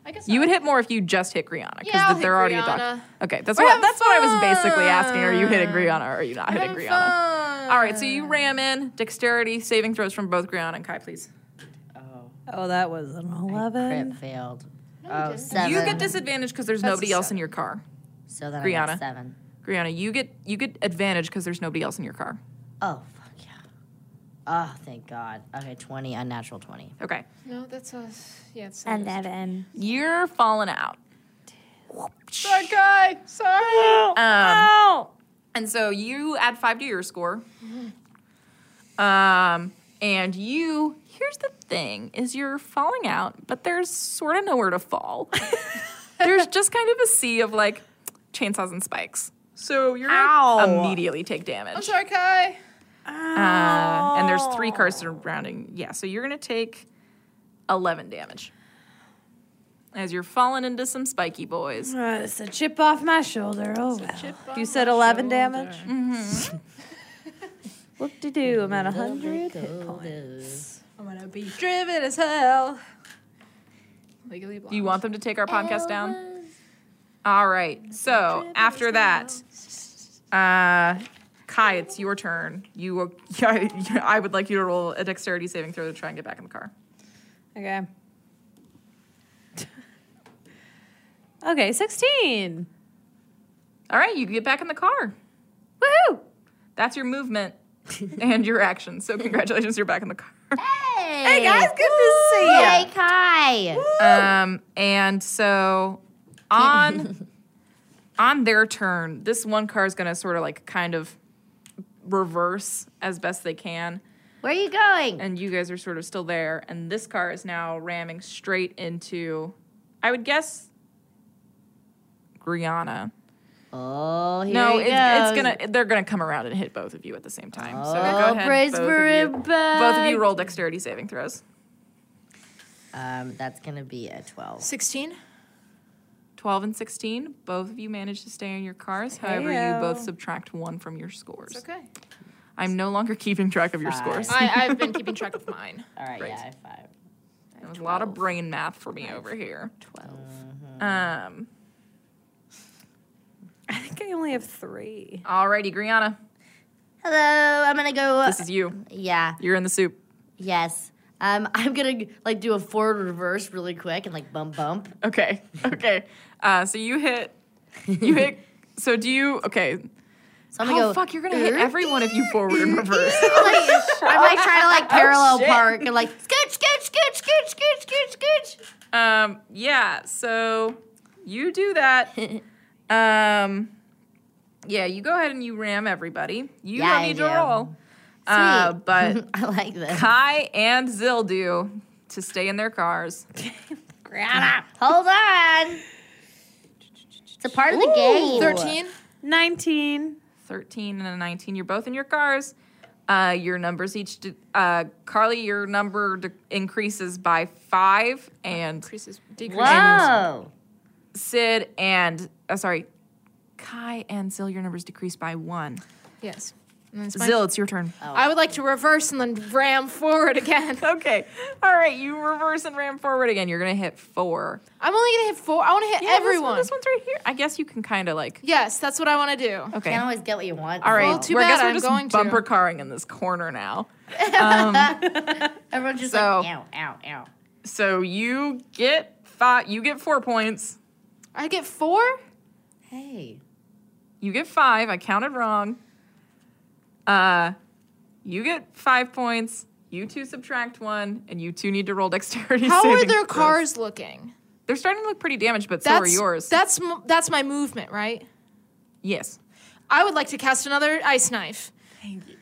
Speaker 6: I guess
Speaker 2: You
Speaker 6: I
Speaker 2: would hit more if you just hit Griana because
Speaker 6: Yeah, I'll
Speaker 2: they're already
Speaker 6: hit
Speaker 2: a dog.
Speaker 6: Griana.
Speaker 2: Okay, that's what
Speaker 6: having
Speaker 2: that's what I was basically asking. Are you hitting
Speaker 6: fun.
Speaker 2: Griana or are you not hitting Griana? All right, so you ram in dexterity saving throws from both Griana and Kai, please.
Speaker 5: Oh, that was an
Speaker 1: Crip
Speaker 5: 11.
Speaker 1: failed. Oh, seven.
Speaker 2: You get disadvantage because there's nobody else in your car.
Speaker 1: So then I
Speaker 2: Brianna.
Speaker 1: got seven.
Speaker 2: Griana, you get you get advantage because there's nobody else in your car.
Speaker 1: Oh fuck yeah! Oh thank God. Okay, twenty unnatural twenty.
Speaker 2: Okay,
Speaker 6: No, that's a yeah. It's
Speaker 5: And that end.
Speaker 2: you're falling out.
Speaker 6: sorry, guy. Sorry.
Speaker 2: Um,
Speaker 5: Oh!
Speaker 2: And so you add five to your score. Um, and you here's the thing is you're falling out but there's sort of nowhere to fall there's just kind of a sea of like chainsaws and spikes so you're gonna immediately take damage
Speaker 6: Sorry, Kai.
Speaker 2: Uh, and there's three cards surrounding yeah so you're gonna take 11 damage as you're falling into some spiky boys
Speaker 5: Uh, it's a chip off my shoulder. Oh, well. You said 11 damage? Mm-hmm. (laughs) Whoop de doo. I'm at 100 hit points.
Speaker 6: I'm gonna be driven as hell. Legally
Speaker 2: do you want them to take our podcast down all right so after that uh kai it's your turn you (laughs) will- i would like you to roll a dexterity saving throw to try and get back in the car
Speaker 5: Okay. okay, 16.
Speaker 2: all right you can get back in the car
Speaker 5: Woohoo!
Speaker 2: that's your movement and your action so congratulations you're back in the car
Speaker 1: Hey,
Speaker 5: Hey guys, good to see you.
Speaker 1: Hey, Kai.
Speaker 2: Um, and so
Speaker 1: (laughs)
Speaker 2: on on their turn, this one car is gonna sort of like kind of reverse as best they can,
Speaker 1: Where are you going?
Speaker 2: and you guys are sort of still there. And this car is now ramming straight into, I would guess, Griana.
Speaker 1: Oh, here
Speaker 2: no,
Speaker 1: he
Speaker 2: it's,
Speaker 1: goes.
Speaker 2: it's gonna they're gonna come around and hit both of you at the same time.
Speaker 1: Oh,
Speaker 2: so go ahead,
Speaker 8: praise
Speaker 2: both,
Speaker 8: for
Speaker 2: of
Speaker 8: it,
Speaker 2: you, both of you roll dexterity saving throws.
Speaker 1: Um, that's gonna be a twelve.
Speaker 6: 16.
Speaker 2: 12 and 16, both of you managed to stay in your cars. However, you both subtract one from your scores.
Speaker 6: Okay.
Speaker 2: I'm no longer keeping track of your scores. It
Speaker 6: I, I've been keeping track of mine.
Speaker 1: All right,
Speaker 2: Great.
Speaker 1: yeah, I five.
Speaker 2: was a lot of brain math for me over here.
Speaker 5: 12.
Speaker 2: Um,
Speaker 5: I think I only have three.
Speaker 2: alrighty, Griana,
Speaker 1: Hello, I'm gonna go.
Speaker 2: this is you.
Speaker 1: Yeah.
Speaker 2: You're in the soup.
Speaker 1: Yes. Um, (laughs) I'm gonna like do a forward reverse really quick and like bump bump.
Speaker 2: Okay, okay. Uh, so you hit, you hit, so do you, okay.
Speaker 1: So I'm
Speaker 2: Oh,
Speaker 1: gonna go.
Speaker 2: fuck, you're gonna hit every one of you forward and reverse.
Speaker 1: (laughs) I'm like trying to
Speaker 2: (laughs) Oh,
Speaker 1: like parallel park and like scooch scooch scooch scooch scooch scooch scooch.
Speaker 2: Um, yeah, so you do
Speaker 6: (laughs)
Speaker 2: that. um, yeah, you go ahead and you ram everybody. You
Speaker 1: Yeah,
Speaker 2: don't
Speaker 1: I
Speaker 2: need
Speaker 1: do.
Speaker 2: to roll. Uh,
Speaker 6: (laughs)
Speaker 1: Sweet. (laughs)
Speaker 2: but
Speaker 1: I like this.
Speaker 2: Kai and Zill do to stay in their cars.
Speaker 1: Hold (laughs) on. It's a part of the game.
Speaker 6: 13.
Speaker 5: 19.
Speaker 2: 13 and a 19, you're both in your cars. Uh, your numbers each, de- uh, Carly, your number de- increases by five, and
Speaker 6: Increases, decreases.
Speaker 1: Whoa.
Speaker 2: Sid and, uh, sorry, Kai and Zill, your numbers decrease by one.
Speaker 6: Yes. And then it's mine.
Speaker 2: Zill, it's your turn.
Speaker 6: I would like to reverse and then ram forward again.
Speaker 2: Okay. All right. You reverse and ram forward again. You're going to hit four.
Speaker 6: I'm only gonna hit four. I want to hit
Speaker 2: Yeah, this one-
Speaker 6: everyone.
Speaker 2: This, one's right here. I guess you can kind of like.
Speaker 6: Yes, that's what I want to do.
Speaker 2: Okay.
Speaker 1: Can't always get what you want.
Speaker 2: All right.
Speaker 6: Well, too
Speaker 2: we're, I guess
Speaker 6: bad
Speaker 2: we're
Speaker 6: I'm
Speaker 2: just
Speaker 6: going to.
Speaker 2: bumper carring in this corner now.
Speaker 1: Everyone's just
Speaker 2: So-
Speaker 1: like ow ow ow.
Speaker 2: So you get five. You get four points.
Speaker 6: I get four.
Speaker 1: Hey.
Speaker 2: You get five. I counted wrong. Uh, you get five points. You two subtract one, and you two need to roll dexterity.
Speaker 6: How are
Speaker 2: saving
Speaker 6: their
Speaker 2: throws.
Speaker 6: cars looking?
Speaker 2: They're starting to look pretty damaged, but so are yours.
Speaker 6: That's m- that's my movement, right?
Speaker 2: yes.
Speaker 6: I would like to cast another ice knife.
Speaker 2: Thank you.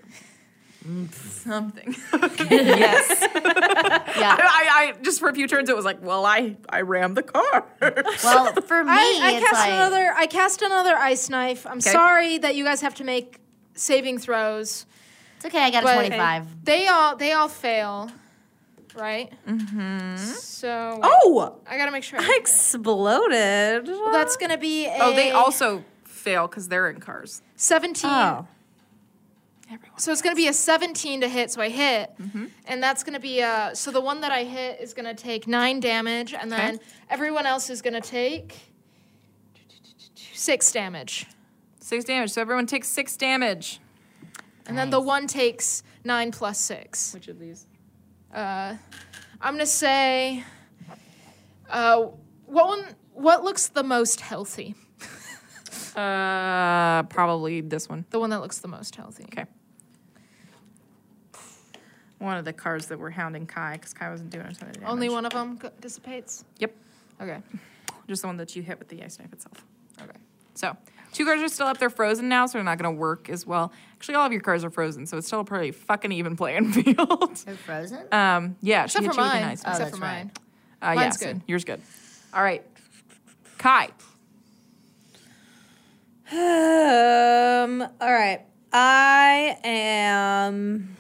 Speaker 2: Something. (laughs) yes.
Speaker 1: Yeah.
Speaker 2: I, I, I just for a few turns it was like, well, I I rammed the car. (laughs)
Speaker 1: Well, (laughs) for me,
Speaker 6: I, I
Speaker 1: it's
Speaker 6: cast
Speaker 1: like
Speaker 6: another. I cast another ice knife. I'm sorry that you guys have to make saving throws.
Speaker 1: it's okay. I got a
Speaker 6: But-
Speaker 1: twenty-five.
Speaker 6: They all they all fail, right? Mm-hmm. So
Speaker 5: Oh!
Speaker 6: I gotta make sure.
Speaker 5: I exploded.
Speaker 6: well, that's gonna be a
Speaker 2: oh, they also fail because they're in cars.
Speaker 6: seventeen.
Speaker 5: Oh.
Speaker 6: So it's gonna be a seventeen to hit. So I hit, and that's gonna be a. So the one that I hit is gonna take nine damage, and then everyone else is gonna take six damage,
Speaker 2: Six damage. So everyone takes six damage.
Speaker 6: and then the one takes nine plus six.
Speaker 2: Which of these?
Speaker 6: Uh, I'm gonna say, uh, what one? What looks the most healthy?
Speaker 2: Uh, probably this one.
Speaker 6: The one that looks the most healthy.
Speaker 2: Okay. One of the cars that were hounding Kai because Kai wasn't doing a ton of damage.
Speaker 6: Only one of them dissipates.
Speaker 2: Yep.
Speaker 6: Okay.
Speaker 2: Just the one that you hit with the ice knife itself.
Speaker 6: Okay.
Speaker 2: So two cards are still up. They're frozen now, so they're not going to work as well. Actually, all of your cards are frozen, so it's still a pretty fucking even playing (laughs) field.
Speaker 1: They're frozen.
Speaker 2: um, yeah, she hit
Speaker 6: Except for
Speaker 2: you with a
Speaker 6: mine.
Speaker 2: nice one.
Speaker 1: Oh,
Speaker 6: Except
Speaker 1: that's
Speaker 6: for
Speaker 1: right.
Speaker 6: mine.
Speaker 2: Uh,
Speaker 6: Mine's
Speaker 2: yeah, so
Speaker 6: good.
Speaker 2: yours good. All right, Kai.
Speaker 5: Um. All right. I am.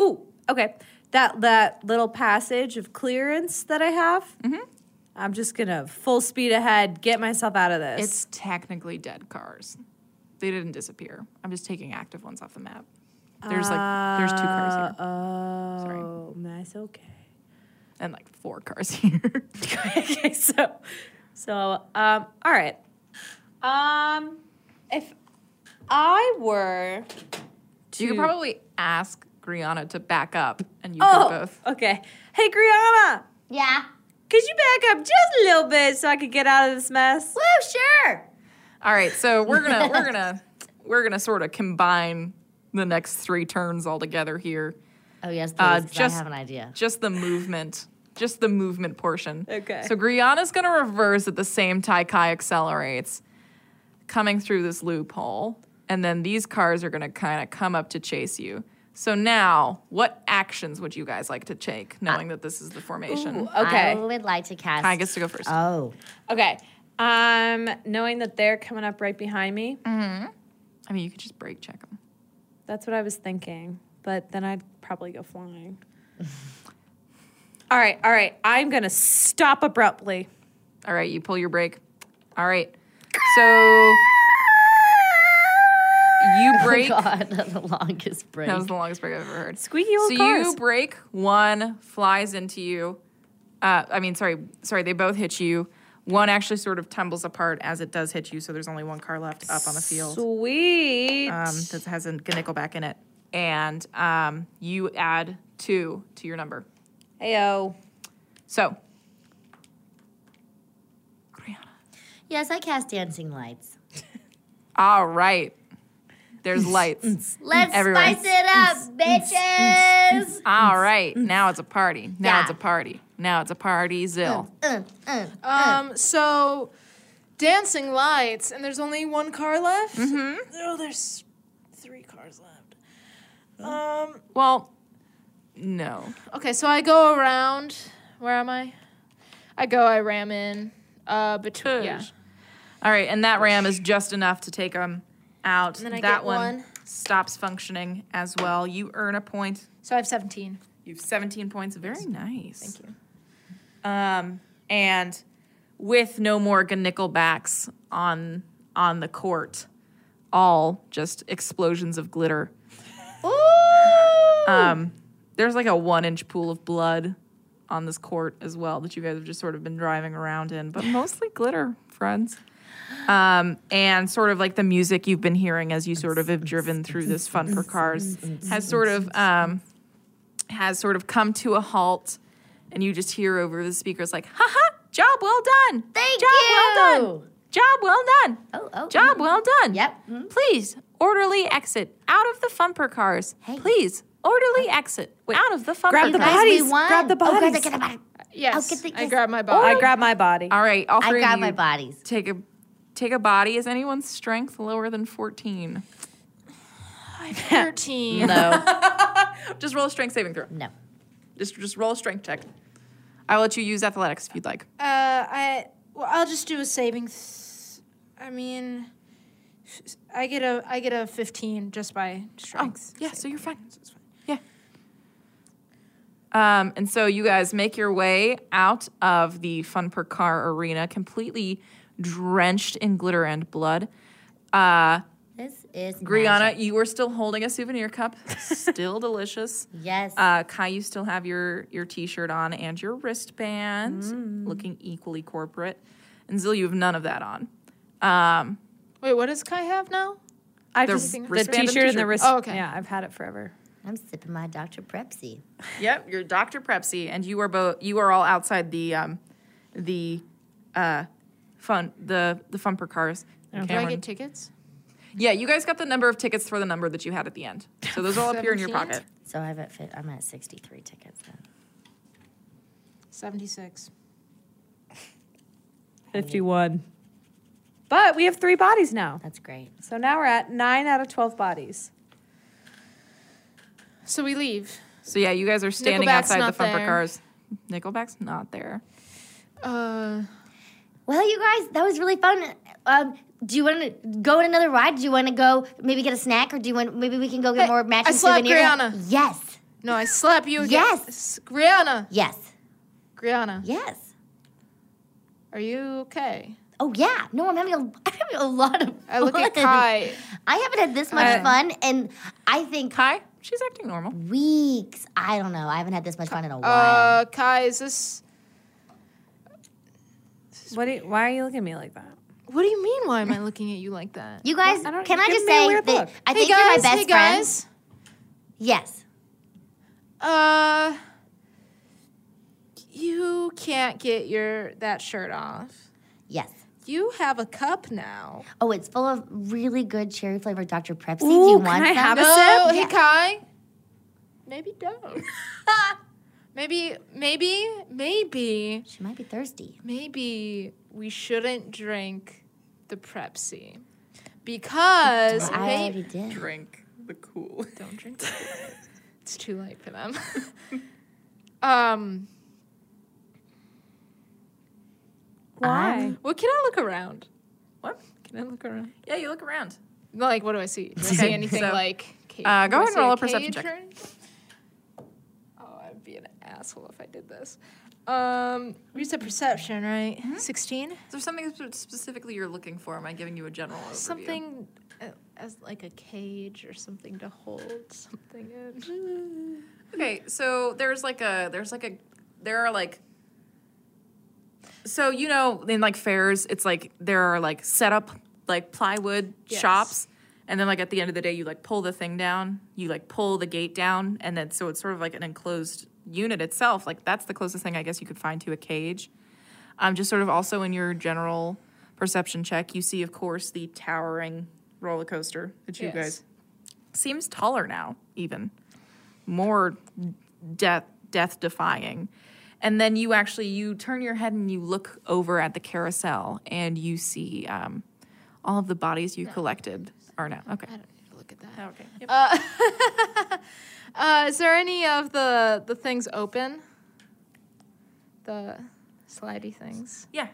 Speaker 5: Ooh. Okay. That that little passage of clearance that I have. Mm-hmm. I'm just gonna full speed ahead, get myself out of this.
Speaker 2: It's technically dead cars. They didn't disappear. I'm just taking active ones off the map. There's like there's two cars here
Speaker 5: Oh,
Speaker 2: Sorry.
Speaker 5: that's okay.
Speaker 2: and like four cars (laughs) here.
Speaker 5: (laughs) okay, so so um all right. Um if I were to
Speaker 2: you could probably ask Griana to back up, and you
Speaker 5: Oh,
Speaker 2: could both.
Speaker 5: okay. Hey Griana,
Speaker 1: yeah.
Speaker 5: could you back up just a little bit so I could get out of this mess?
Speaker 1: Woo, sure.
Speaker 2: All right, so we're gonna (laughs) we're gonna we're gonna sort of combine the next three turns all together here.
Speaker 1: Oh yes, please.
Speaker 2: Uh,
Speaker 1: 'cause
Speaker 2: just-
Speaker 1: I have an idea.
Speaker 2: Just the movement, just the movement portion.
Speaker 5: Okay.
Speaker 2: So Griana's gonna reverse at the same time Kai accelerates, coming through this loophole, and then these cars are gonna kind of come up to chase you. So now, what actions would you guys like to take, knowing that this is the formation?
Speaker 1: I would like to cast.
Speaker 2: Kai gets to go first.
Speaker 1: Oh,
Speaker 5: Okay. Um knowing that they're coming up right behind me,
Speaker 2: Mm. I mean, you could just break check them.
Speaker 5: that's what I was thinking, but then I'd probably
Speaker 2: (laughs)
Speaker 5: go flying. all right, all right. I'm going to stop abruptly.
Speaker 2: All right, you pull your brake. All right. So you
Speaker 1: (laughs)
Speaker 2: brake.
Speaker 1: God, the longest break.
Speaker 2: that was the longest break I've ever heard.
Speaker 5: Squeaky old
Speaker 2: so
Speaker 5: cars.
Speaker 2: you break one flies into you. Uh, I mean, sorry, sorry. They both hit you. One actually sort of tumbles apart as it does hit you. So there's only one car left up on the field Uh, um,
Speaker 5: Sweet.
Speaker 2: that has a nickel back in it, and um, you add two to your number.
Speaker 5: Heyo.
Speaker 2: So
Speaker 1: yes, I cast dancing lights.
Speaker 2: all right, there's lights.
Speaker 1: Let's
Speaker 2: Everywhere.
Speaker 1: spice it up, bitches.
Speaker 2: All right, now it's a party. Now
Speaker 1: Yeah.
Speaker 2: it's a party. Now it's a party, Zill.
Speaker 1: Uh,
Speaker 6: Um, so dancing lights, and there's only one car left. Mm-hmm. Oh, there's three cars left. Um,
Speaker 2: Well, no.
Speaker 6: okay, so I go around. Where am I? I go. I ram in. Uh, between. Yeah.
Speaker 2: All right, and that RAM is just enough to take them out.
Speaker 6: then I
Speaker 2: that
Speaker 6: get
Speaker 2: one,
Speaker 6: one.
Speaker 2: stops functioning as well. You earn a point.
Speaker 6: So I have 17.
Speaker 2: You've 17 points. Very nice. Thank you. Um, and with no more nickelbacks on on the court, all just explosions of glitter. Um, there's like a one inch pool of blood on this court as well that you guys have just sort of been driving around in, but mostly glitter, friends. Um, and sort of like the music you've been hearing as you sort of have driven through this fun for cars has sort of um, has sort of come to a halt, and you just hear over the speakers like, "Ha ha! Job well done!
Speaker 1: Thank
Speaker 2: job well
Speaker 1: you.
Speaker 2: done! Job well done!
Speaker 1: Oh, oh,
Speaker 2: job
Speaker 1: mm.
Speaker 2: well done!
Speaker 1: Yep.
Speaker 2: Please orderly exit out of the fumper cars.
Speaker 1: Hey.
Speaker 2: Please orderly exit out of the fumper
Speaker 5: Grab
Speaker 1: You
Speaker 5: the
Speaker 1: guys,
Speaker 2: cars.
Speaker 5: body. bodies.
Speaker 1: we won.
Speaker 5: Grab the
Speaker 1: Oh, guys, I
Speaker 5: bodies.
Speaker 1: get the body.
Speaker 6: Yes.
Speaker 1: get the-
Speaker 6: I
Speaker 1: yes.
Speaker 6: grab my
Speaker 5: I
Speaker 6: body.
Speaker 5: grab my body.
Speaker 2: All right, all
Speaker 1: I
Speaker 2: three
Speaker 1: grab
Speaker 2: of you
Speaker 1: my bodies.
Speaker 2: take a take a body. Is anyone's strength lower than fourteen?
Speaker 6: I have 13.
Speaker 1: No,
Speaker 2: Just roll a strength saving throw.
Speaker 1: no.
Speaker 2: Just just roll a strength check. I will let you use athletics if you'd like.
Speaker 6: Uh, I well, I'll just do a saving. Th- I mean, I get a I get a fifteen just by strength.
Speaker 2: Oh, Yeah, so you're fine. Yeah. Um, and so you guys make your way out of the Fun Per Car arena, completely drenched in glitter and blood. Uh,
Speaker 1: This is
Speaker 2: Griana,
Speaker 1: magic.
Speaker 2: you were still holding a souvenir cup, still delicious.
Speaker 1: Yes.
Speaker 2: Uh, Kai, you still have your your T-shirt on and your wristband, looking equally corporate. And Zill, you have none of that on. Um,
Speaker 6: Wait, what does Kai have now?
Speaker 5: I
Speaker 2: The
Speaker 5: just the
Speaker 2: wristband and
Speaker 5: t-shirt and the
Speaker 2: t-shirt.
Speaker 5: wrist.
Speaker 6: Oh, okay.
Speaker 5: Yeah, I've had it forever.
Speaker 1: I'm sipping my Dr. Prepsi.
Speaker 2: Yep, you're Dr. Prepsy, and you are both you are all outside the um the uh fun the the fumper cars.
Speaker 6: Do I
Speaker 2: Cameron.
Speaker 6: get tickets?
Speaker 2: yeah, you guys got the number of tickets for the number that you had at the end. So
Speaker 6: (laughs)
Speaker 2: those all appear in your
Speaker 6: 17?
Speaker 2: pocket.
Speaker 1: So I've at fit, I'm at 63 tickets. Then.
Speaker 6: 76.
Speaker 5: 51. But we have three bodies now.
Speaker 1: That's great.
Speaker 5: So now we're at nine out of 12 bodies.
Speaker 6: So we leave.
Speaker 2: So yeah, you guys are standing
Speaker 6: Nickelback's
Speaker 2: outside the
Speaker 6: not
Speaker 2: bumper
Speaker 6: there.
Speaker 2: cars. Nickelback's not there.
Speaker 6: Uh,
Speaker 1: Well, you guys, that was really fun. Um, do you want to go on another ride? Do you want to go maybe get a snack, or do you want maybe we can go get
Speaker 6: Hey,
Speaker 1: more matching
Speaker 6: I slapped
Speaker 1: souvenirs?
Speaker 6: Brianna.
Speaker 1: Yes,
Speaker 6: no, I slap you again.
Speaker 1: Yes.
Speaker 6: S- Griana.
Speaker 1: yes,
Speaker 6: Griana,
Speaker 1: yes.
Speaker 6: are you okay?
Speaker 1: Oh yeah, no, I'm having a, (laughs) I'm having a lot of.
Speaker 6: Oh, I look at
Speaker 1: fun.
Speaker 6: Kai.
Speaker 1: I haven't had this much fun, and I think
Speaker 2: Kai, she's acting normal.
Speaker 1: weeks. I don't know. I haven't had this much fun in a while.
Speaker 6: Uh, Kai, is this.
Speaker 5: What do you, why are you looking at me like that?
Speaker 6: What do you mean? Why am I looking at you like that?
Speaker 1: you guys,
Speaker 5: I don't-
Speaker 1: can I
Speaker 5: give
Speaker 1: just
Speaker 5: me a
Speaker 1: say
Speaker 5: weird
Speaker 1: that
Speaker 5: look.
Speaker 1: I
Speaker 6: hey
Speaker 1: think
Speaker 6: guys,
Speaker 1: you're my best
Speaker 6: hey
Speaker 1: friend?
Speaker 6: guys.
Speaker 1: Yes.
Speaker 6: Uh, you can't get your that shirt off.
Speaker 1: Yes.
Speaker 6: You have a cup now.
Speaker 1: Oh, it's full of really good cherry flavored Dr. Pepsi. Do
Speaker 5: Ooh,
Speaker 1: you
Speaker 5: can
Speaker 1: want
Speaker 5: I
Speaker 1: some?
Speaker 5: have a
Speaker 6: no,
Speaker 5: sip?
Speaker 6: hey
Speaker 1: Oh, Yeah.
Speaker 6: Kai. Maybe don't. (laughs) maybe, maybe, maybe,
Speaker 1: She might be thirsty.
Speaker 6: maybe we shouldn't drink the Prepsi because
Speaker 1: I
Speaker 6: may-
Speaker 1: already did.
Speaker 2: Drink the cool.
Speaker 6: don't drink. the Cola. it's too late for them. (laughs) um,
Speaker 5: Why?
Speaker 6: well, can I look around?
Speaker 2: What?
Speaker 6: Can I look around?
Speaker 2: Yeah, you look around.
Speaker 6: Like, what do I see? Do
Speaker 2: (laughs)
Speaker 6: I see
Speaker 2: Okay,
Speaker 6: anything
Speaker 2: so,
Speaker 6: like? Cage,
Speaker 2: uh, go
Speaker 6: do I
Speaker 2: ahead and
Speaker 6: see
Speaker 2: roll a
Speaker 6: cage
Speaker 2: perception check.
Speaker 6: turn? Oh, I'd be an asshole if I did this. Um, Mm-hmm. you said perception, right? 16
Speaker 2: Is there something sp- specifically you're looking for? Am I giving you a general overview?
Speaker 6: Something uh, as like a cage or something to hold something in.
Speaker 2: Okay, so there's like a there's like a there are like so you know in like fairs it's like there are like set up like plywood
Speaker 6: Yes.
Speaker 2: shops and then like at the end of the day you like pull the thing down you like pull the gate down and then so it's sort of like an enclosed unit itself like that's the closest thing I guess you could find to a cage um just sort of also in your general perception check you see of course the towering roller coaster that you
Speaker 6: Yes.
Speaker 2: guys seems taller now, even more death death defying. And then you actually you turn your head and you look over at the carousel and you see um, all of the bodies you collected are now okay.
Speaker 6: I don't need to look at that.
Speaker 2: Oh, Okay.
Speaker 6: Uh, uh, is there any of the the things open? The slidey things,
Speaker 2: Yeah.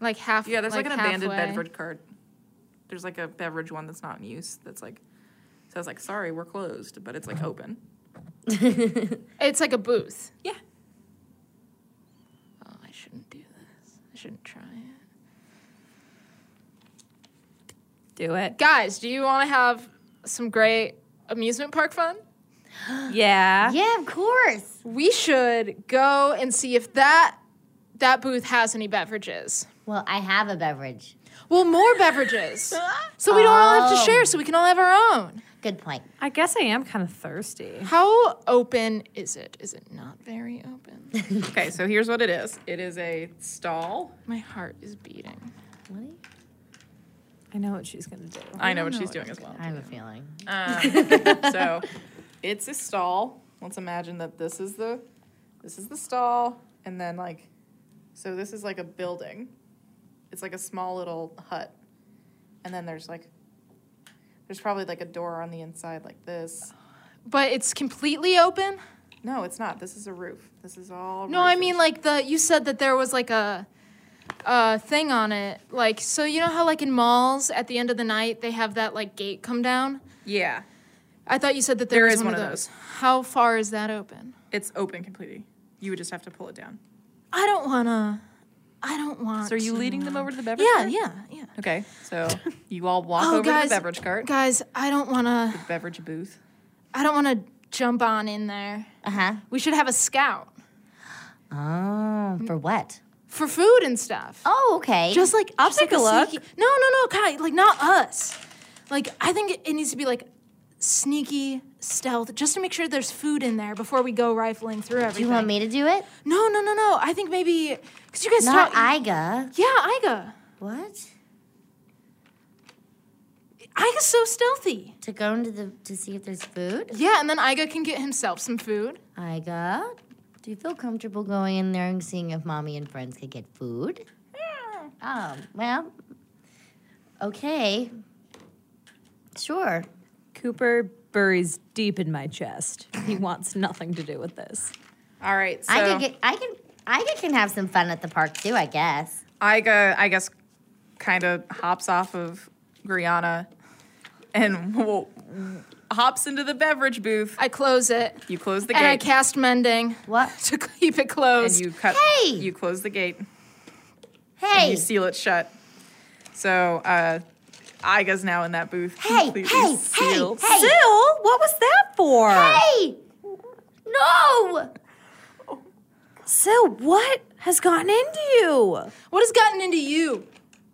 Speaker 6: like half.
Speaker 2: Yeah. There's like, an abandoned
Speaker 6: halfway?
Speaker 2: beverage cart. There's like a beverage one that's not in use. That's like says like sorry we're closed, but it's like open.
Speaker 6: It's like a booth.
Speaker 2: Yeah.
Speaker 6: Oh, I shouldn't do this. I shouldn't try it.
Speaker 5: Do it.
Speaker 6: Guys, do you want to have some great amusement park fun?
Speaker 5: Yeah.
Speaker 1: Yeah, of course.
Speaker 6: We should go and see if that that booth has any beverages.
Speaker 1: Well, I have a beverage.
Speaker 6: Well, more (laughs) beverages. So we don't all have to
Speaker 1: Oh.
Speaker 6: share. So we can all have our own.
Speaker 1: Good point.
Speaker 5: I guess I am kind of thirsty.
Speaker 6: How open is it? Is it not very open?
Speaker 2: Okay. So here's what it is. It is a stall.
Speaker 6: My heart is beating.
Speaker 5: I know what she's going to do.
Speaker 2: I know what she's doing as well.
Speaker 1: I have a feeling.
Speaker 2: so it's a stall. Let's imagine that this is the this is the stall and then like so this is like a building. It's like a small little hut. And then there's like there's probably like a door on the inside like this.
Speaker 6: But it's completely open?
Speaker 2: No, it's not. This is a roof. This is all
Speaker 6: No, I
Speaker 2: roofish.
Speaker 6: mean like the you said that there was like a a thing on it. Like so you know how like in malls at the end of the night they have that like gate come down?
Speaker 2: Yeah.
Speaker 6: I thought you said that there,
Speaker 2: There
Speaker 6: was
Speaker 2: is
Speaker 6: one, of those. How far is that open?
Speaker 2: It's open completely. You would just have to pull it down.
Speaker 6: I don't wanna I don't want
Speaker 2: So are you
Speaker 6: to.
Speaker 2: leading them over to the beverage
Speaker 6: Yeah,
Speaker 2: cart?
Speaker 6: yeah, yeah.
Speaker 2: Okay. So (laughs) you all walk
Speaker 6: Oh,
Speaker 2: over to
Speaker 6: guys.
Speaker 2: the beverage cart.
Speaker 6: Guys, I don't wanna
Speaker 2: Beverage booth.
Speaker 6: I don't wanna jump on in there.
Speaker 1: Uh huh.
Speaker 6: We should have a scout
Speaker 1: Oh, for what?
Speaker 6: for food and stuff.
Speaker 1: Oh, okay.
Speaker 6: Just like I'll
Speaker 5: take a look.
Speaker 6: no, no, no, Kai. Like not us. Like I think it- it needs to be like sneaky stealth, just to make sure there's food in there before we go rifling through
Speaker 1: do
Speaker 6: everything.
Speaker 1: you want me to do it?
Speaker 6: No, no, no, no. I think maybe because you guys
Speaker 1: Not
Speaker 6: talk.
Speaker 1: Iga.
Speaker 6: yeah, Iga.
Speaker 1: What?
Speaker 6: Iga's so stealthy.
Speaker 1: To go into the to see if there's food.
Speaker 6: Yeah, and then Iga can get himself some food.
Speaker 1: Iga, Do you feel comfortable going in there and seeing if mommy and friends could get food? Oh, well, okay. Sure.
Speaker 5: Cooper buries deep in my chest. He wants nothing to do with this.
Speaker 2: All right. So
Speaker 1: I could get, I can, I could- can have some fun at the park too, I guess.
Speaker 2: Iga, I guess, kind of hops off of Griana and w- hops into the beverage booth.
Speaker 6: I close it.
Speaker 2: You close the
Speaker 6: And I
Speaker 2: gate.
Speaker 6: cast mending (laughs)
Speaker 1: What?
Speaker 6: to keep it
Speaker 2: and
Speaker 6: closed.
Speaker 2: you cut.
Speaker 1: Hey!
Speaker 2: You close the gate. And
Speaker 1: Hey,
Speaker 2: you seal it shut. So uh, Iga's now in that booth.
Speaker 1: hey, hey,
Speaker 2: completely
Speaker 1: hey,
Speaker 2: sealed.
Speaker 1: hey,
Speaker 5: Bill, what was that for?
Speaker 1: hey! No!
Speaker 5: Sil, what has gotten into you?
Speaker 6: what has gotten into you?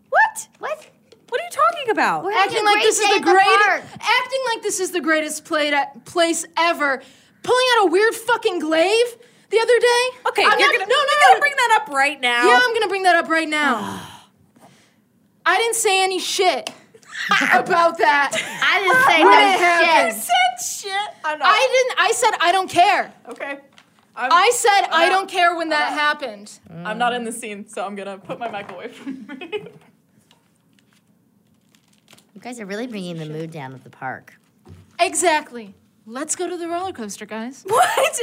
Speaker 5: What?
Speaker 1: What?
Speaker 5: What are you talking about?
Speaker 1: We're having
Speaker 6: Acting
Speaker 1: a
Speaker 6: like
Speaker 1: great
Speaker 6: this is
Speaker 1: day
Speaker 6: the
Speaker 1: at the park.
Speaker 6: greatest. Acting like this is the greatest play place ever. Pulling out a weird fucking glaive the other day.
Speaker 5: Okay,
Speaker 6: I'm
Speaker 5: you're
Speaker 6: not-
Speaker 5: gonna,
Speaker 6: no, no,
Speaker 5: you're
Speaker 6: no.
Speaker 5: gonna bring that up right now.
Speaker 6: Yeah, I'm gonna bring that up right now. I didn't say any shit about that.
Speaker 1: I didn't say
Speaker 6: What
Speaker 1: no
Speaker 6: happened?
Speaker 1: shit.
Speaker 2: Shit. I'm not.
Speaker 6: I didn't. I said I don't care.
Speaker 2: okay. I'm,
Speaker 6: I said I
Speaker 2: out.
Speaker 6: don't care when that happened.
Speaker 2: I'm not in the scene, so I'm gonna put my mic away from me. (laughs)
Speaker 1: You guys are really bringing the mood down at the park.
Speaker 6: Exactly. Let's go to the roller coaster, guys.
Speaker 5: What?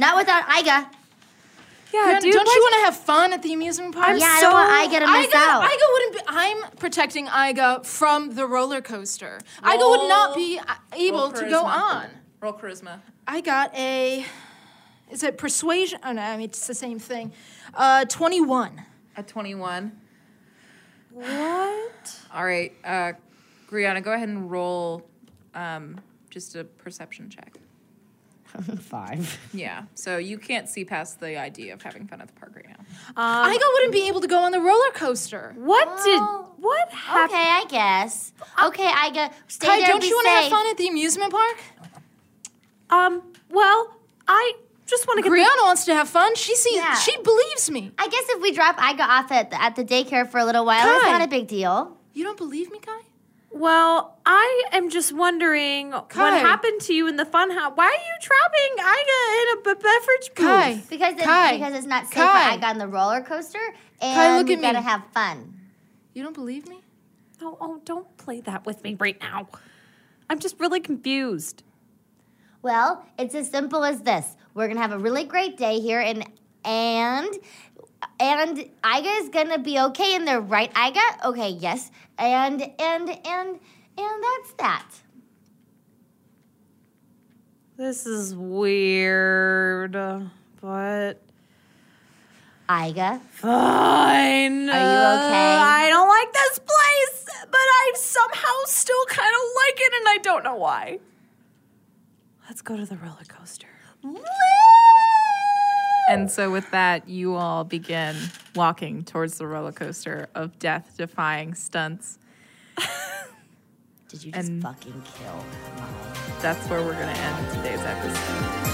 Speaker 1: Not without Iga.
Speaker 5: yeah,
Speaker 6: Don't-
Speaker 5: dude.
Speaker 6: don't
Speaker 5: what-
Speaker 6: you want to have fun at the amusement park?
Speaker 1: yeah, I
Speaker 5: so-
Speaker 1: don't want Iga to miss
Speaker 6: Iga,
Speaker 1: out.
Speaker 6: Iga wouldn't be. I'm protecting Iga from the roller coaster. Iga would not be uh, able
Speaker 2: roll
Speaker 6: to go
Speaker 2: charisma.
Speaker 6: on.
Speaker 2: Roll charisma.
Speaker 6: I got a. Is it persuasion? Oh no, I mean it's the same thing. Uh, twenty-one.
Speaker 2: A 21. What? All right, uh, Griana, go ahead and roll um, just a perception check.
Speaker 1: Five.
Speaker 2: Yeah, so you can't see past the idea of having fun at the park right now.
Speaker 6: Iga wouldn't be able to go on the roller coaster.
Speaker 5: What
Speaker 1: Well,
Speaker 5: did? What happened?
Speaker 1: Oh. Okay, I guess. Okay, Iga, stay
Speaker 6: Kai,
Speaker 1: there.
Speaker 6: don't
Speaker 1: be
Speaker 6: you want to
Speaker 1: safe.
Speaker 6: have fun at the amusement park?
Speaker 5: Um. Well, I just want to get. the-
Speaker 6: Brianna wants to have fun. She sees.
Speaker 1: Yeah.
Speaker 6: She believes me.
Speaker 1: I guess if we drop Iga off at the, at the daycare for a little while, it's
Speaker 6: Kai.
Speaker 1: not a big deal.
Speaker 6: You don't believe me, Kai?
Speaker 5: well, I am just wondering
Speaker 6: Kai.
Speaker 5: what happened to you in the fun house. Why are you trapping Iga in a b- beverage booth?
Speaker 6: Kai,
Speaker 1: Because it,
Speaker 6: Kai,
Speaker 1: because it's not safe
Speaker 6: Kai.
Speaker 1: for Iga on the roller coaster, and
Speaker 6: look
Speaker 1: we
Speaker 6: at me.
Speaker 1: gotta have fun.
Speaker 6: you don't believe me.
Speaker 5: No, oh, don't play that with me right now. I'm just really confused.
Speaker 1: Well, it's as simple as this: we're gonna have a really great day here, and and and Iga is gonna be okay in there, right, Iga? Okay, yes, and and and and that's that.
Speaker 5: This is weird, but
Speaker 1: Iga,
Speaker 5: fine. Uh,
Speaker 1: Are you okay?
Speaker 5: I don't like this place, but I somehow still kind of like it, and I don't know why. Let's go to the roller coaster.
Speaker 2: And so, with that, you all begin walking towards the roller coaster of death defying stunts.
Speaker 1: did you just
Speaker 2: And-
Speaker 1: fucking kill?
Speaker 2: That's where we're gonna end today's episode.